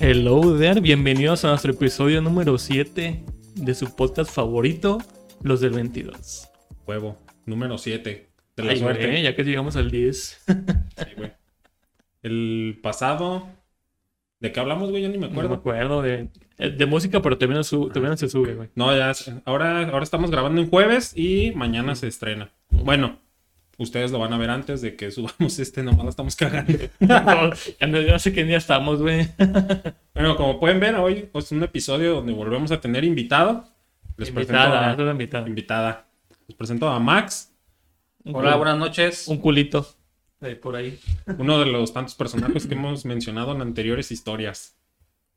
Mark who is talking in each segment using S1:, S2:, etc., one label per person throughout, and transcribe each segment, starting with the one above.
S1: Hello there, bienvenidos a nuestro episodio número 7 de su podcast favorito, Los del 22.
S2: Huevo, número 7. De la
S1: Ay, güey,
S2: suerte.
S1: ya que llegamos al 10.
S2: Sí, güey. El pasado. ¿De qué hablamos, güey? Yo ni me
S1: No me
S2: acuerdo.
S1: acuerdo de, eh, de música, pero también, su- también se sube, güey.
S2: No, ya. es- Ahora, ahora estamos grabando en jueves y mañana se estrena. Bueno, ustedes lo van a ver antes de que subamos este, nomás la estamos cagando.
S1: No, ya no ya sé qué día estamos, güey.
S2: Bueno, como pueden ver, hoy es un episodio donde volvemos a tener invitado.
S1: Invitada,
S2: Les
S1: es
S2: presento
S1: una
S2: a,
S1: invitada.
S2: invitada. Les presento a Max,
S1: Un
S3: Hola,
S1: cul-
S3: buenas noches.
S1: Un culito. eh, por ahí.
S2: uno de los tantos personajes que hemos mencionado en anteriores historias.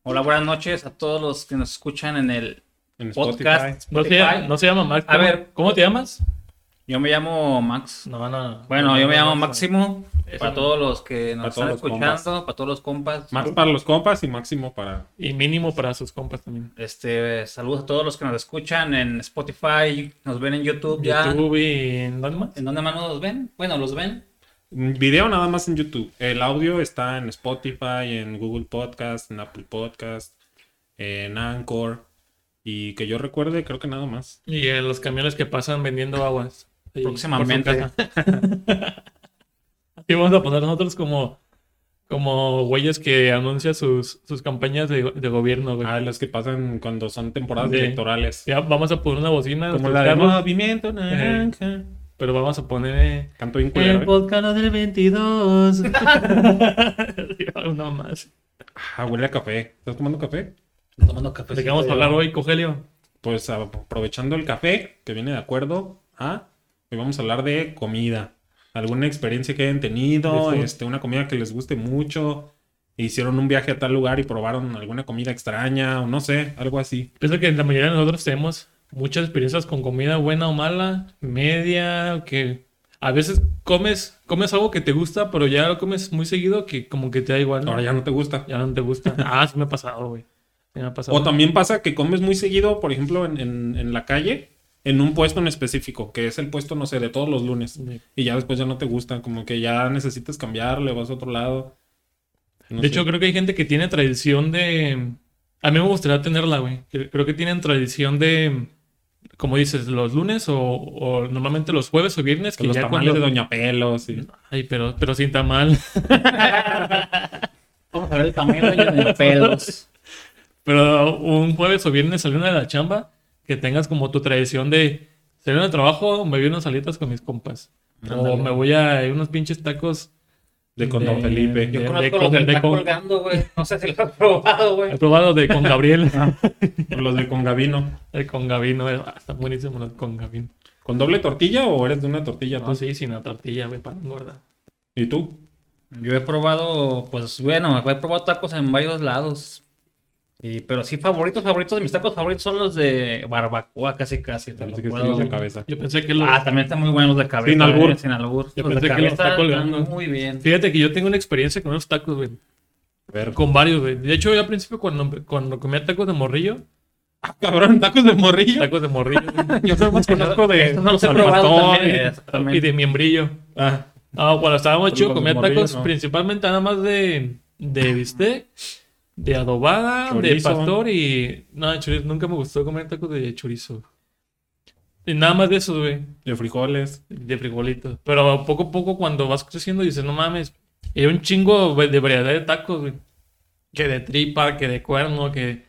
S3: Hola, buenas noches a todos los que nos escuchan en el
S2: En Spotify.
S3: podcast.
S1: No se,
S3: Spotify.
S1: no se llama Max.
S3: A
S1: ¿cómo-
S3: ver.
S1: ¿Cómo te llamas?
S3: Yo me llamo Max.
S1: No, no, no.
S3: Bueno,
S1: No,
S3: yo
S1: no,
S3: me llamo
S1: no, no.
S3: Máximo.
S1: Eso
S3: Para
S1: no.
S3: todos los que nos
S2: Para todos
S3: están
S2: los compas.
S3: escuchando, para todos los compas.
S2: Max para los compas y Máximo para
S1: Y mínimo para sus compas también.
S3: Este, saludos a todos los que nos escuchan en Spotify, nos ven en YouTube ya.
S1: YouTube y en dónde más.
S3: ¿En dónde más nos ven? Bueno, los ven.
S2: Video nada más en YouTube. El audio está en Spotify, en Google Podcast, en Apple Podcast, en Anchor. Y que yo recuerde, creo que nada más.
S1: Y en los camiones que pasan vendiendo aguas. ahí por su
S3: Próximamente.
S1: casa. Así vamos a poner nosotros como, como güeyes que anuncia sus, sus campañas de, de gobierno, güey.
S2: Ah, las que pasan cuando son temporadas
S1: Sí.
S2: electorales.
S1: Ya vamos a poner una bocina, en
S2: Como la
S1: nuestros
S2: de
S1: carros,
S2: Movimiento Naranja.
S1: pero vamos a poner eh,
S2: Canto bien culero,
S1: el
S2: ¿eh?
S1: podcast del 22. Una más.
S2: Ah, huele a café. ¿Estás tomando café?
S3: Tomando café.
S1: ¿De qué vamos a hablar hoy, Cogelio?
S2: Pues aprovechando el café, que viene de acuerdo a... Hoy vamos a hablar de comida. Alguna experiencia que hayan tenido,
S1: De food.
S2: este, una comida que les guste mucho. Hicieron un viaje a tal lugar y probaron alguna comida extraña o no sé, algo así.
S1: Pienso que la mayoría de nosotros tenemos muchas experiencias con comida buena o mala, media, que a veces comes, comes algo que te gusta, pero ya lo comes muy seguido que como que te da igual. ¿no?
S2: Ahora ya no te gusta.
S1: Ya no te gusta. Ah, sí me ha pasado, güey. Sí me ha pasado.
S2: O también pasa que comes muy seguido, por ejemplo, en, en- en la calle, en un puesto en específico, que es el puesto, no sé, de todos los lunes.
S1: De
S2: Y ya después ya no te gusta, como que ya necesitas cambiarle, vas a otro lado. No
S1: de
S2: sé.
S1: hecho, creo que hay gente que tiene tradición de... A mí me gustaría tenerla, güey. Cre- Creo que tienen tradición de, como dices, los lunes o, o normalmente los jueves o viernes, que
S2: los
S1: ya
S2: tamales
S1: cuando...
S2: de Doña Pelos. y-
S1: Ay, pero, pero sin tamal.
S3: Vamos a ver el tamaño de pelos.
S1: Pero un jueves o viernes saliendo de la chamba, que tengas como tu tradición de salir al trabajo, me voy a unas salitas con mis compas. O
S3: Ándale.
S1: me voy a unos pinches tacos.
S2: De con Don
S1: De-
S2: Felipe.
S1: de-
S3: Yo
S1: de
S3: conozco
S1: con-
S3: los que
S1: de
S3: están
S1: con-
S3: colgando, güey. No sé si lo has probado,
S1: He
S3: güey.
S1: probado de con Gabriel.
S2: Ah. Los de con Gavino.
S1: El con Gavino, eh, ah, están buenísimos los con Gavino.
S2: ¿Con doble tortilla o eres de una tortilla
S1: No,
S2: tú?
S1: sí, sin la tortilla, güey, para engordar.
S2: ¿Y tú?
S3: Yo he probado, pues bueno, he probado tacos en varios lados. Y, pero sí, favoritos, favoritos, mis tacos favoritos son los de barbacoa, casi, casi. te lo
S2: Parece que
S3: puedo-
S2: tienes la cabeza.
S1: Yo pensé que los...
S3: Ah, también están muy buenos los de cabeza.
S2: Sin albur.
S3: eh, sin albur.
S1: Yo
S3: los de
S1: pensé que los está
S3: cabeza
S1: colgando.
S3: están muy bien.
S1: Fíjate que yo tengo una experiencia con unos tacos, güey.
S2: A ver.
S1: Con varios, güey. De hecho, yo al principio cuando, cuando comía tacos de morrillo,
S2: Ah, cabrón, tacos de morrillo.
S1: tacos de morrillo, güey,
S2: Yo nada más conozco de.
S3: Estos no los he
S2: al
S3: probado
S2: pastor
S3: también.
S2: y-
S1: y
S3: Exactamente.
S1: de miembrillo.
S2: Ah,
S1: No, cuando estábamos
S2: Pero
S1: chicos
S2: cuando
S1: comía
S2: morrillo,
S1: tacos
S2: no.
S1: principalmente nada más de, de bistec, de adobada, de
S2: Chorizo.
S1: pastor y... No, de chorizo, nunca me gustó comer tacos de chorizo. Y nada más de eso, güey,
S2: de frijoles.
S1: de frijolitos. Pero poco a poco cuando vas creciendo dices, no mames, era un chingo güey, de variedad de tacos, güey. Que de tripa, que de cuerno, que...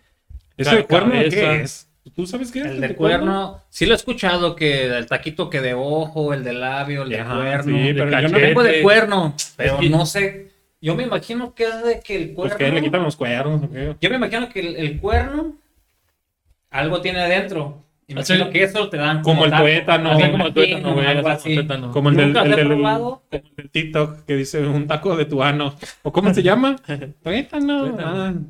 S2: ¿Eso de cuerno
S1: cabeza.
S2: qué es? ¿Tú sabes qué es?
S3: El de cuerno, sí lo he escuchado que el taquito que de ojo, el de labio, el de
S2: Ajá,
S3: cuerno.
S2: sí,
S1: de
S2: pero yo no
S1: cachete.
S3: Tengo de cuerno, pero
S1: Es que-
S3: no sé. Yo me imagino que es de que el
S2: Pues
S3: cuerno.
S2: que le quitan los cuernos. ¿o qué?
S3: Yo me imagino que el, el cuerno algo tiene adentro. Imagino
S1: Así-
S3: que eso te dan
S2: como el
S3: taco,
S2: tuétano.
S3: así
S1: Así como el tuétano, güey, así como
S3: algo
S1: el
S3: así.
S1: tuétano.
S2: Como el del,
S3: Nunca
S2: el
S3: lo he
S2: del-
S3: probado.
S2: como el del TikTok que dice un taco de tu ano. ¿O cómo se llama? Tuétano. ah.
S1: Tuétano.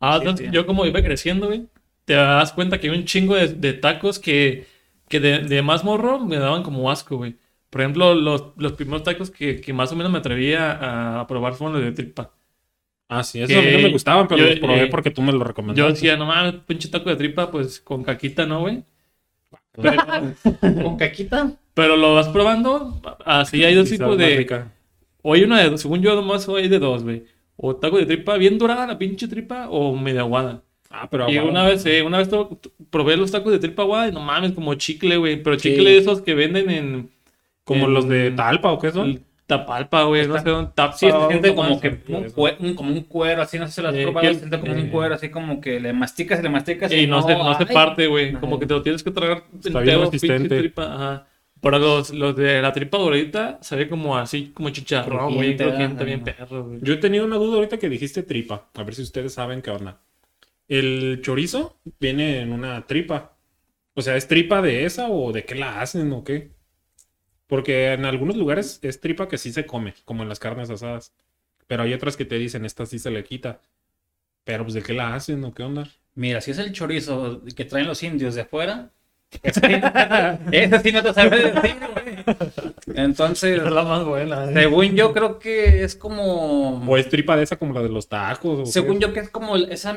S1: Ah, entonces,
S3: sí.
S1: yo como iba creciendo, güey, te das cuenta que hay un chingo de, de tacos que, que de, de más morro me daban como asco, güey. Por ejemplo, los, los primeros tacos que, que más o menos me atrevía a, a probar fueron los de tripa.
S2: Ah, sí, eso a mí no me gustaban, pero
S1: Yo-
S2: los probé
S1: eh,
S2: porque tú me lo
S1: Yo
S2: recomendaste.
S1: decía, no mames, pinche taco de tripa, pues con caquita, ¿no, güey?
S3: Con caquita.
S1: Pero lo vas probando, así hay dos
S2: Y sabe
S1: tipos
S2: más
S1: de...
S2: rica.
S1: O hay una de dos, según yo nomás hay de dos, güey. o tacos de tripa bien dorada la pinche tripa o media aguada.
S2: Ah, pero
S1: Y
S2: aguado.
S1: una vez, eh, una vez to- to- probé los tacos de tripa aguada y no mames, como chicle, güey. Pero
S3: Sí.
S1: chicle de esos que venden en
S2: Como los de
S1: en-
S2: Talpa o qué son.
S1: en Tapalpa, güey. No sé
S3: Está-
S1: dónde. Tapa.
S3: Ah, Sí, se
S1: o
S3: siente
S1: algo
S3: como
S1: más.
S3: que un, cue- un- como un cuero, así no sé si lo has
S1: Eh,
S3: probado,
S1: que-
S3: se siente como
S2: eh.
S3: un cuero, así como que le masticas y le masticas
S1: Y no, se, no se
S3: ay.
S1: parte, güey.
S3: Ajá.
S1: Como que te lo tienes que tragar
S2: Está bien
S1: entero, pinche
S2: resistente.
S1: tripa. Ajá. Pero los, los de la tripa doradita se ve como así, como chicharrón, güey.
S3: Crujiente,
S1: Crujiente,
S3: ajá.
S1: bien perro, güey.
S2: Yo he tenido una duda ahorita que dijiste tripa. A ver si ustedes saben qué onda. El chorizo viene en una tripa. O sea, ¿es tripa de esa o de qué la hacen o qué? Porque en algunos lugares es tripa que sí se come, como en las carnes asadas. Pero hay otras que te dicen, esta sí se le quita. Pero pues, ¿de qué la hacen o qué onda?
S3: Mira, si es el chorizo que traen los indios de afuera, ese sí- ese sí no te sabe decir, güey. Entonces,
S1: la más buena,
S3: según yo, creo que es como.
S2: ¿O es tripa de esa como la de los tacos? o qué?
S3: Según yo, que es como esa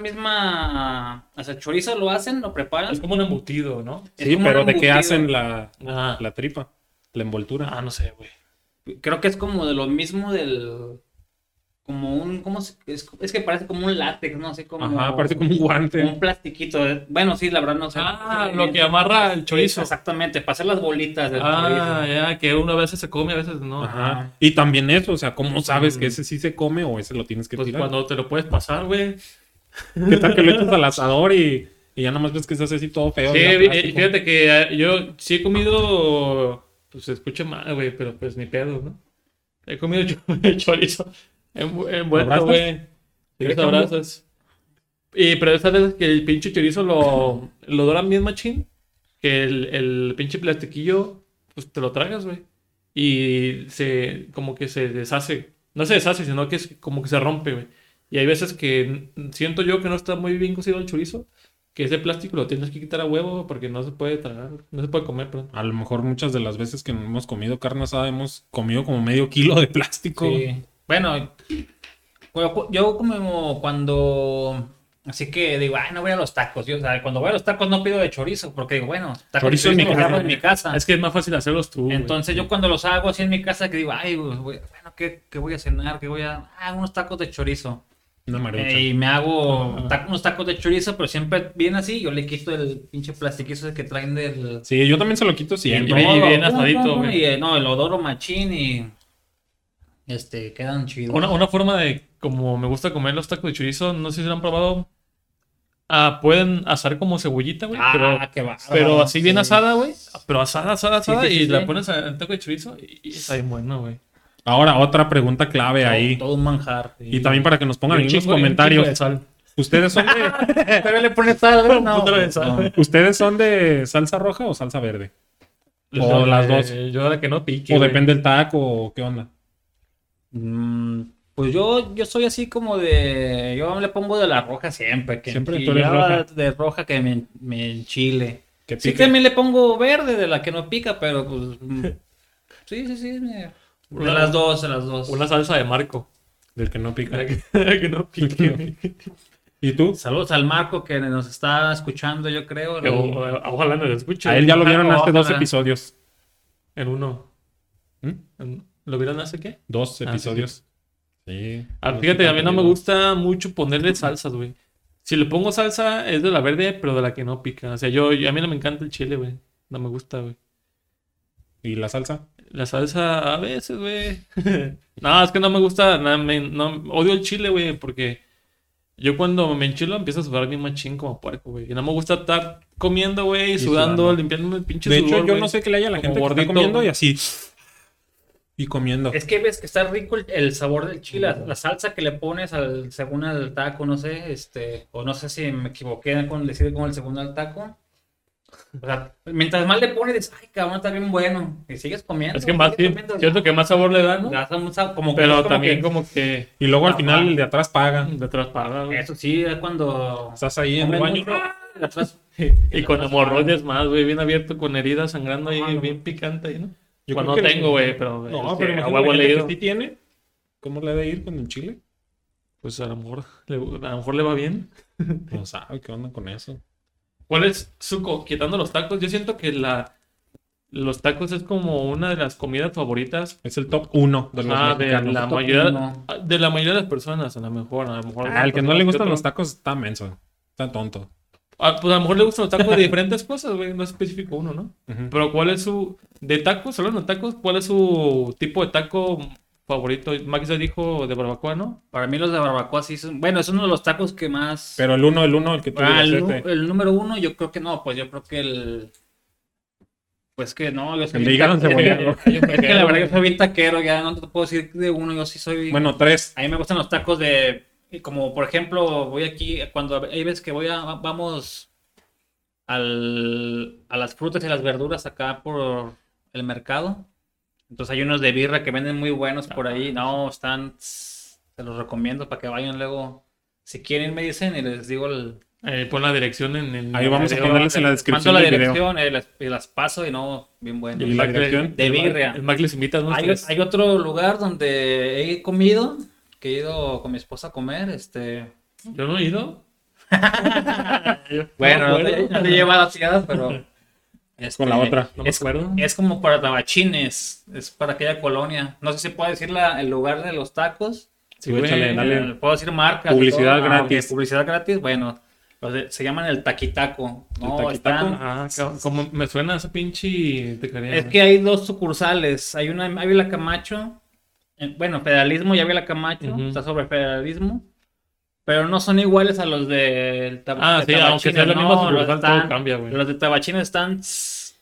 S3: misma. O sea, chorizo lo hacen, lo
S1: Es
S3: preparan.
S1: como un embutido, ¿no?
S3: es
S2: Sí,
S3: como
S2: pero
S3: un
S2: ¿de qué
S3: embutido.
S2: hacen la,
S1: Ajá.
S2: la tripa? La envoltura.
S1: Ah, no sé, güey.
S3: Creo que es como de lo mismo del. Como un. ¿cómo se- es, es que parece como un látex, no sé cómo.
S2: Ajá, parece como un guante.
S3: Ah, Un plastiquito. eh. Bueno, sí, la verdad no sé.
S1: Ah, lo que amarra el chorizo.
S3: Exactamente, para hacer las bolitas del
S1: Ah,
S3: chorizo.
S1: ya, que uno a veces se come, a veces no. Ah.
S2: Ajá. Y también eso, o sea, ¿cómo sabes
S1: Mm.
S2: que ese sí se come o ese lo tienes que
S1: Pues
S2: tirar?
S1: cuando te lo puedes pasar, güey.
S2: ¿Qué tal que lo echas al asador y, y ya nomás ves que se hace así todo feo?
S1: Sí,
S2: ya
S1: vi- eh,
S2: plástico?
S1: fíjate que eh, yo sí he comido, pues se escucha mal, güey, pero pues ni pedo, ¿no? He comido cho- chorizo envu- envuelto,
S2: ¿Abrazos?
S1: güey.
S2: ¿Crees
S1: Tres
S2: que ambos?
S1: abrazos. Y pero esas veces que el pinche chorizo lo, lo doran bien machín, que el, el pinche plastiquillo, pues te lo tragas, güey. Y se, como que se deshace. No se deshace, sino que es como que se rompe, güey. Y hay veces que mm, siento yo que no está muy bien cocido el chorizo que ese plástico lo tienes que quitar a huevo porque no se puede tragar, no se puede comer, perdón.
S2: A lo mejor muchas de las veces que hemos comido carne asada hemos comido como medio kilo de plástico.
S3: Sí. Bueno, yo, yo como cuando. Así que digo, ay, no voy a los tacos. Yo, o sea, cuando voy a los tacos no pido de chorizo, porque digo, bueno, tacos de
S2: Chorizo en mi
S3: los
S2: casa.
S3: hago en mi casa.
S1: Es que es más fácil hacerlos tú. güey.
S3: Ah. Entonces yo cuando los hago así en mi casa que digo, ay, güey, voy- bueno, ¿qué, qué voy a cenar? ¿Qué voy a...? Ah, unos tacos de chorizo.
S2: Una marucha.
S3: Eh, y me hago
S1: Ajá.
S3: ta- unos tacos de chorizo, pero siempre bien así. Yo le quito el pinche plastiquizo que traen del...
S2: Sí, yo también se lo quito
S1: Y
S2: siempre.
S1: bien- y bien
S3: Pum, pum,
S1: asadito,
S3: pum,
S1: güey.
S3: Y eh, no, el odoro machín y... Este, quedan chidos.
S1: Una, una forma de, como me gusta comer los tacos de chorizo, no sé si lo han probado. Ah, pueden asar como cebollita, güey.
S3: ah,
S1: pero,
S3: qué bárbaro.
S1: pero así bien
S3: Sí.
S1: asada, güey. Pero asada, asada,
S3: Sí,
S1: asada.
S3: sí, sí,
S1: y
S3: sí.
S1: la pones a- al taco de chorizo y, y está bien bueno, güey.
S2: Ahora, otra pregunta clave
S3: Todo-
S2: ahí.
S3: Todo un manjar.
S2: Y también para que nos pongan
S1: Y
S2: en
S1: un
S2: los
S1: chingo- y un chingo de
S2: comentarios.
S1: sal.
S2: ¿Ustedes son, de,
S3: Eh, Pero le pones tal,
S1: Un
S3: no.
S1: putero de sal, güey.
S2: ¿Ustedes son de salsa roja o salsa verde? O
S1: Eh,
S2: las dos.
S1: Yo ahora que no pique.
S2: ¿O
S1: güey.
S2: depende el taco o qué onda?
S3: Mm, Pues yo, yo soy así como de. Yo le pongo de la roja siempre. Que
S2: Siempre tú
S3: que
S2: eres
S3: ya
S2: roja.
S3: De roja que me, me enchile.
S2: ¿Qué
S3: Sí,
S2: pique?
S3: también le pongo verde, de la que no pica, pero pues. mm, sí, sí, sí. me-
S1: Una-
S3: de las dos, de las dos.
S1: Una salsa de marco.
S2: Del que no pica.
S1: Para que, que no pique. güey.
S2: ¿Y tú?
S3: Saludos al Marco que nos está escuchando, yo creo.
S1: Que
S3: y-
S1: o- ojalá nos escuche.
S2: A él ya lo
S3: Ah,
S2: vieron
S3: no,
S2: hace dos
S3: ojalá.
S2: episodios.
S1: En uno.
S2: ¿Mm?
S1: En- ¿Lo vieron hace qué?
S2: Dos
S1: Ah,
S2: episodios. Sí.
S1: Ah,
S2: No
S1: fíjate,
S2: sé
S1: a mí no
S2: tanto,
S1: me
S2: digo.
S1: gusta mucho ponerle salsas, güey. Si le pongo salsa, es de la verde, pero de la que no pica. O sea, yo, yo- a mí no me encanta el chile, güey. No me gusta, güey.
S2: ¿Y la salsa?
S1: La salsa a veces, güey. no, es que no me gusta. na- me- no, odio el chile, güey, porque yo cuando me enchilo empiezo a sudar bien machín como puerco, güey. Y no me gusta estar comiendo, güey, y sudando,
S2: sudando.
S1: limpiándome el pinche
S2: De
S1: sudor,
S2: hecho, yo
S1: güey.
S2: no sé qué le haya a la
S1: Como
S2: gente que está
S1: gordito.
S2: comiendo y así. Y comiendo.
S3: Es que ves que está rico el, el sabor del chile, la, la salsa que le pones al según al taco, no sé, este, o no sé si me equivoqué con decir con el segundo al taco. O sea, mientras más le pones, dices, ay, cabrón, está bien bueno. Y sigues comiendo.
S1: Es que más,
S3: sigues
S1: sí,
S3: comiendo,
S1: siento que más sabor le da, ¿no?
S3: le das un sab- como que-
S1: Pero
S3: como
S1: también
S3: que-
S1: como que
S2: Y luego al final
S3: Ajá.
S2: el de atrás paga.
S1: de trasparada, güey.
S3: Eso sí, es cuando.
S2: Estás ahí en el
S3: comes
S2: baño.
S3: mucho, le atrás-
S1: Y con hemorroides más, güey, bien abierto, con heridas sangrando ahí, bien picante ahí, ¿no?
S2: Yo
S1: Bueno, Pues no
S2: creo que-
S1: tengo, güey, pero.
S2: No,
S1: este,
S2: pero
S1: a
S2: imagínate
S1: huevo
S2: la gente
S1: leído.
S2: que sí tiene. ¿Cómo le ha de ir con el chile?
S1: Pues a lo mejor le, a lo mejor le va bien.
S2: No sabe qué onda con eso.
S1: ¿Cuál es su co- quitando los tacos? Yo siento que la los tacos es como una de las comidas favoritas
S2: Es el top 1 de los
S1: ah, de,
S2: mexicanos.
S1: la
S3: Top
S1: mayoría,
S3: uno.
S1: de la mayoría de las personas, a lo mejor. A lo mejor
S2: Ah, el que no
S1: algunas personas
S2: le gustan
S1: otro-
S2: los tacos está menso. Está tonto.
S1: Ah, pues a lo mejor le gustan los tacos de diferentes cosas, güey. No es específico uno, ¿no?
S2: Ujú.
S1: Pero ¿cuál es su... De tacos, hablando de tacos, ¿cuál es su tipo de taco favorito? Max ya dijo de barbacoa, ¿no?
S3: Para mí los de barbacoa sí son... Bueno, es uno de los tacos que más...
S2: Pero el uno, el uno, el que tú digas,
S3: Ah, el, nu-
S2: este.
S3: el número uno yo creo que no, pues yo creo que el... Pues que no, yo soy
S2: El de
S3: bien
S2: hígado
S3: taquero.
S2: encebollado.
S3: Es que la verdad que soy bien taquero, ya no te puedo decir de uno, yo sí soy...
S2: Bueno, tres.
S3: A mí me gustan los tacos de, como por ejemplo, voy aquí, cuando hay veces que voy a, vamos al, a las frutas y las verduras acá por el mercado. Entonces hay unos de birra que venden muy buenos por ahí. No, están, tss, te los recomiendo para que vayan luego. Si quieren me dicen y les digo el...
S1: Eh, pon la dirección en el...
S2: Ahí vamos a
S1: video.
S2: ponerles en la
S3: Mando
S2: descripción
S3: la
S2: del video.
S3: dirección eh, las- y las, paso y no, bien bueno.
S2: Y la
S1: Mac le-
S2: dirección.
S3: De
S1: el Mac-
S3: birria.
S1: El Mac les invita a unos
S3: Hay,
S1: tres.
S3: hay otro lugar donde he comido, que he ido con mi esposa a comer, este...
S1: Yo no he ido.
S3: Bueno,
S1: No
S3: no
S1: me
S3: te,
S1: acuerdo.
S3: no te lleva las tiradas, pero. este,
S2: Con la otra.
S1: No me
S3: Es,
S1: acuerdo.
S3: es como para Tabachines, es para aquella colonia. No sé si puedo decir la- el lugar de los tacos.
S1: Sí,
S2: güey,
S1: güey.
S2: échale, dale.
S3: Eh, Puedo decir marcas. y
S2: Publicidad
S3: todo. Ah,
S2: gratis.
S3: ok, publicidad gratis, bueno. los de- se llaman el taquitaco. No,
S2: taquitaco?
S3: están-
S1: Ah, cabrón, como me suena esa pinche tecaría.
S3: es que hay dos sucursales. Hay una en Ávila Camacho. en- bueno, Federalismo y Ávila Camacho.
S1: Ujú.
S3: Está sobre Federalismo. Pero no son iguales a los del tab-
S1: Ah,
S3: de
S1: sí, aunque sea
S3: Tabachines,
S1: la
S3: no,
S1: misma
S3: los
S1: sucursal, todo
S3: están-
S1: cambia, güey.
S3: Los de Tabachines están tss,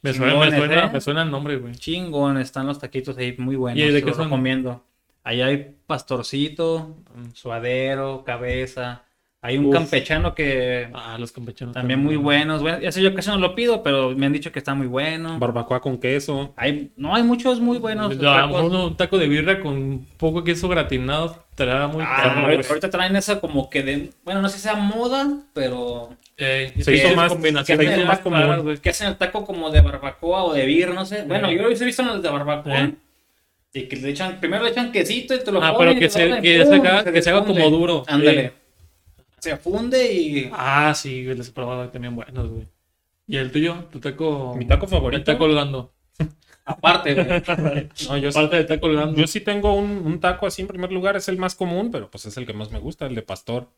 S1: Me suena, me,
S3: chingones,
S1: suena,
S3: ¿eh?
S1: me suena el nombre, güey.
S3: chingón, están los taquitos ahí muy buenos.
S1: ¿Y de
S3: se
S1: qué
S3: los
S1: son?
S3: recomiendo. Ahí hay pastorcito,
S1: Mm.
S3: suadero, cabeza. Hay un
S2: Uf.
S3: campechano que
S1: Ah, los campechanos.
S3: también muy buenos. Bueno, ese yo casi no lo pido, pero me han dicho que está muy bueno.
S2: Barbacoa con queso.
S3: Hay, no, hay muchos muy buenos.
S1: No, a lo
S3: tacos.
S1: mejor uno- un taco de birra con un poco de queso gratinado estará muy
S3: Ah,
S1: caro, güey.
S3: ahorita- ahorita traen esa como que de, bueno, no sé si sea moda, pero
S1: Eh,
S2: Se
S1: esas
S2: hizo más-
S1: combinaciones
S2: se hizo
S1: son
S2: más
S1: raras,
S2: común.
S1: güey.
S3: que hacen el taco como de barbacoa o de birra, no sé. Bueno,
S1: Eh.
S3: yo he visto los de barbacoa.
S1: Eh.
S3: Y que le echan, primero le echan quesito y te lo
S1: Ah,
S3: ponen
S1: pero
S3: y
S1: que
S3: te
S1: se-
S3: lo
S1: que
S3: ponen,
S1: se
S3: ¡pum!
S1: haga- que se haga
S3: funde.
S1: como duro,
S3: Ándale.
S1: sí.
S3: Se funde y.
S1: Ah, sí, güey, los he probado también buenos, güey. ¿Y el tuyo? ¿Tu taco?
S2: Mi taco
S1: El
S2: favorito.
S1: taco colgando.
S3: Aparte, güey.
S2: No, yo, sí-
S1: Aparte del taco colgando.
S2: yo sí tengo un, un taco así en primer lugar. Es el más común, pero pues es el que más me gusta, el de pastor.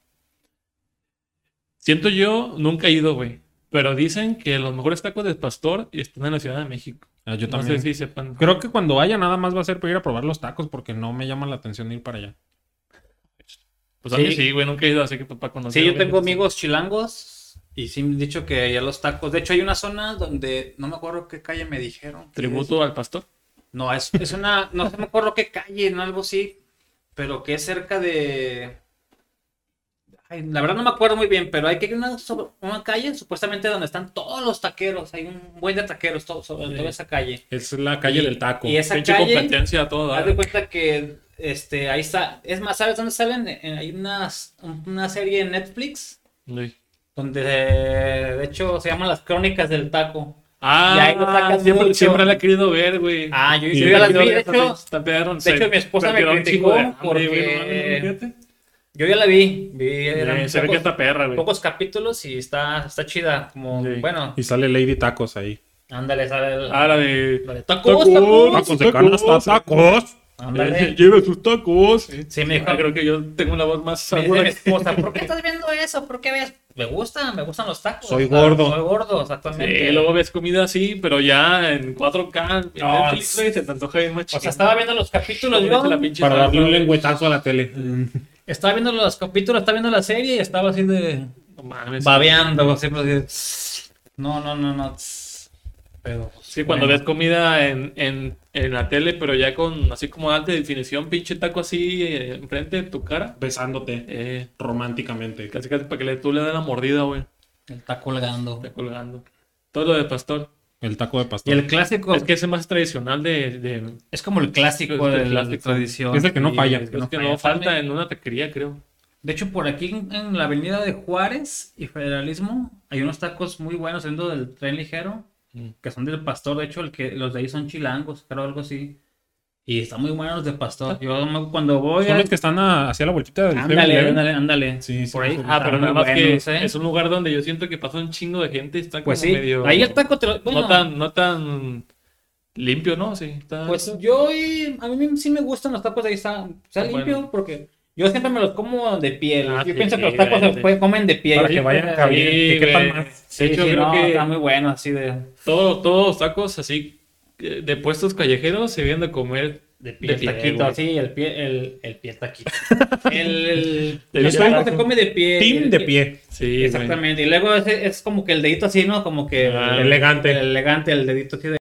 S1: Siento yo, nunca he ido, güey. Pero dicen que los mejores tacos de pastor están en la Ciudad de México.
S2: Ah, yo
S1: No
S2: también.
S1: sé si sepan.
S2: Creo que cuando vaya nada más va a ser para ir a probar los tacos porque no me llama la atención ir para allá.
S1: Pues a mí
S3: Sí.
S1: sí, güey, nunca he ido, así que papá conocer.
S3: Sí, yo tengo amigos chilangos y sí me han dicho que allá los tacos. De hecho, hay una zona donde no me acuerdo qué calle me dijeron.
S1: Tributo al pastor.
S3: No, es, es una. No sé, me acuerdo qué calle, no algo así. Pero que es cerca de. Ay, la verdad no me acuerdo muy bien, pero hay que ir una, sobre- una calle supuestamente donde están todos los taqueros. Hay un buen de taqueros todo, sobre
S1: Sí.
S3: toda esa calle.
S2: Es la calle
S1: Y-
S2: del taco.
S3: y esa
S1: Pinche
S3: calle-
S1: competencia a todo.
S3: Haz
S1: dar.
S3: de cuenta que este, ahí está. Es más, ¿sabes dónde salen? En- hay unas- una serie en Netflix
S1: Sí.
S3: donde de hecho se llaman Las Crónicas del Taco.
S1: Ah,
S3: Y ahí lo sacas
S1: siempre,
S3: mucho.
S1: siempre la he querido ver, güey.
S3: Ah, yo,
S2: Sí,
S3: yo ya las
S1: Quiero
S3: vi, de
S1: ver
S3: hecho.
S1: esas pinches tapearon,
S3: de
S1: se-
S3: hecho, mi esposa me
S1: perdieron un chingo de
S3: criticó
S1: hambre, güey, no
S3: porque-
S1: mames, fíjate.
S3: Yo ya la vi. vi eran
S1: Eh, Se ve que
S3: pocos-
S1: está perra, güey.
S3: pocos capítulos y está, está chida. Como,
S1: Sí.
S3: bueno,
S2: Y sale Lady Tacos ahí.
S3: ándale, sale el.
S1: Ah, la de.
S3: la de tacos, tacos.
S2: Tacos de canasta, tacos.
S3: Ándale.
S2: Lleve sus tacos.
S3: Sí, me dijo,
S1: Ah, creo que yo tengo una voz más
S3: me dijo
S1: aguda
S3: mi
S1: que-
S3: esposa, ¿por qué estás viendo eso? ¿Por qué ves? Me gustan, me gustan los tacos.
S2: Soy
S3: O sea,
S2: gordo.
S3: Soy gordo,
S1: Sí,
S3: exactamente.
S1: luego ves comida así, pero ya en 4K. En
S2: No,
S1: Netflix, güey, se te antoja bien más
S3: O sea,
S1: chido.
S3: estaba viendo los capítulos,
S1: Ponete
S3: yo,
S1: la pinche
S2: Para
S1: salsa,
S2: darle un
S1: güey.
S2: lengüetazo a la tele.
S3: Mm. Estaba viendo los capítulos, estaba viendo la serie y estaba así de.
S1: No mames.
S3: babeando, siempre así. de, No, no, no, no. Pero. pues,
S1: Sí, cuando
S3: bueno.
S1: ves comida en, en, en la tele, pero ya con así como alta definición, pinche taco así eh, enfrente de tu cara.
S2: Besándote
S1: Eh,
S2: románticamente.
S1: casi casi para que le, tú le des la mordida, güey.
S3: Está colgando.
S1: Está colgando. Todo lo de pastor.
S2: El taco de
S3: Y
S2: pastor.
S3: el clásico
S1: Es que ese más tradicional de. de
S3: es como el
S1: Es
S3: clásico
S1: el
S3: de la
S1: clásico.
S3: tradición.
S2: Es el que no
S3: Y-
S2: falla.
S1: es que
S2: falla.
S1: no falta en una taquería, creo.
S3: De hecho, por aquí en, en la avenida de Juárez y Federalismo hay unos tacos muy buenos dentro del tren ligero,
S1: Mm.
S3: que son del pastor, de hecho, el que los de ahí son chilangos, creo algo así. Y están muy buenos los de
S1: Ah.
S3: pastor. Yo me- cuando voy.
S2: Son
S3: a-
S2: los que están a- hacia la vueltita del
S3: Ándale,
S1: ¿eh?
S2: 7-Eleven.
S3: ándale, ándale.
S2: Sí, sí,
S3: Por ahí.
S2: sí.
S1: Ah, pero
S3: están
S1: nada
S3: muy
S1: más
S3: buenos,
S1: que
S3: ¿eh?
S1: es un lugar donde yo siento que pasa un chingo de gente. Está
S3: Pues
S1: como
S3: sí.
S1: medio.
S3: Ahí el taco te lo. bueno,
S1: No tan, no tan limpio, ¿no? Sí, está.
S3: Pues yo, eh, a mí sí me gustan los tacos de ahí, está, está
S1: Bueno.
S3: limpio, porque yo siempre me los como de piel.
S1: Ah, sí,
S3: yo pienso que los
S1: sí,
S3: tacos se
S1: sí.
S3: pueden- comen de piel.
S2: Para
S3: Yo
S2: que
S3: siempre-
S2: vayan cabiendo,
S1: Sí,
S2: que quepan
S1: güey.
S2: más.
S3: Sí,
S1: De hecho,
S3: sí,
S1: creo
S3: no,
S1: que
S3: está muy bueno, así de,
S1: todo- todos los tacos así eh, de puestos callejeros se vienen de comer
S3: de
S1: piel,
S3: piel taquito,
S1: güey.
S3: así, el pie, el, el pie taquito. el, el,
S1: Yo
S3: los
S1: soy
S3: tacos se come de piel.
S2: Team
S3: el-
S2: de pie.
S1: Sí, güey.
S3: Exactamente, y luego es, es como que el dedito así, ¿no? Como que
S2: Ah, elegante.
S3: el elegante, el dedito así de...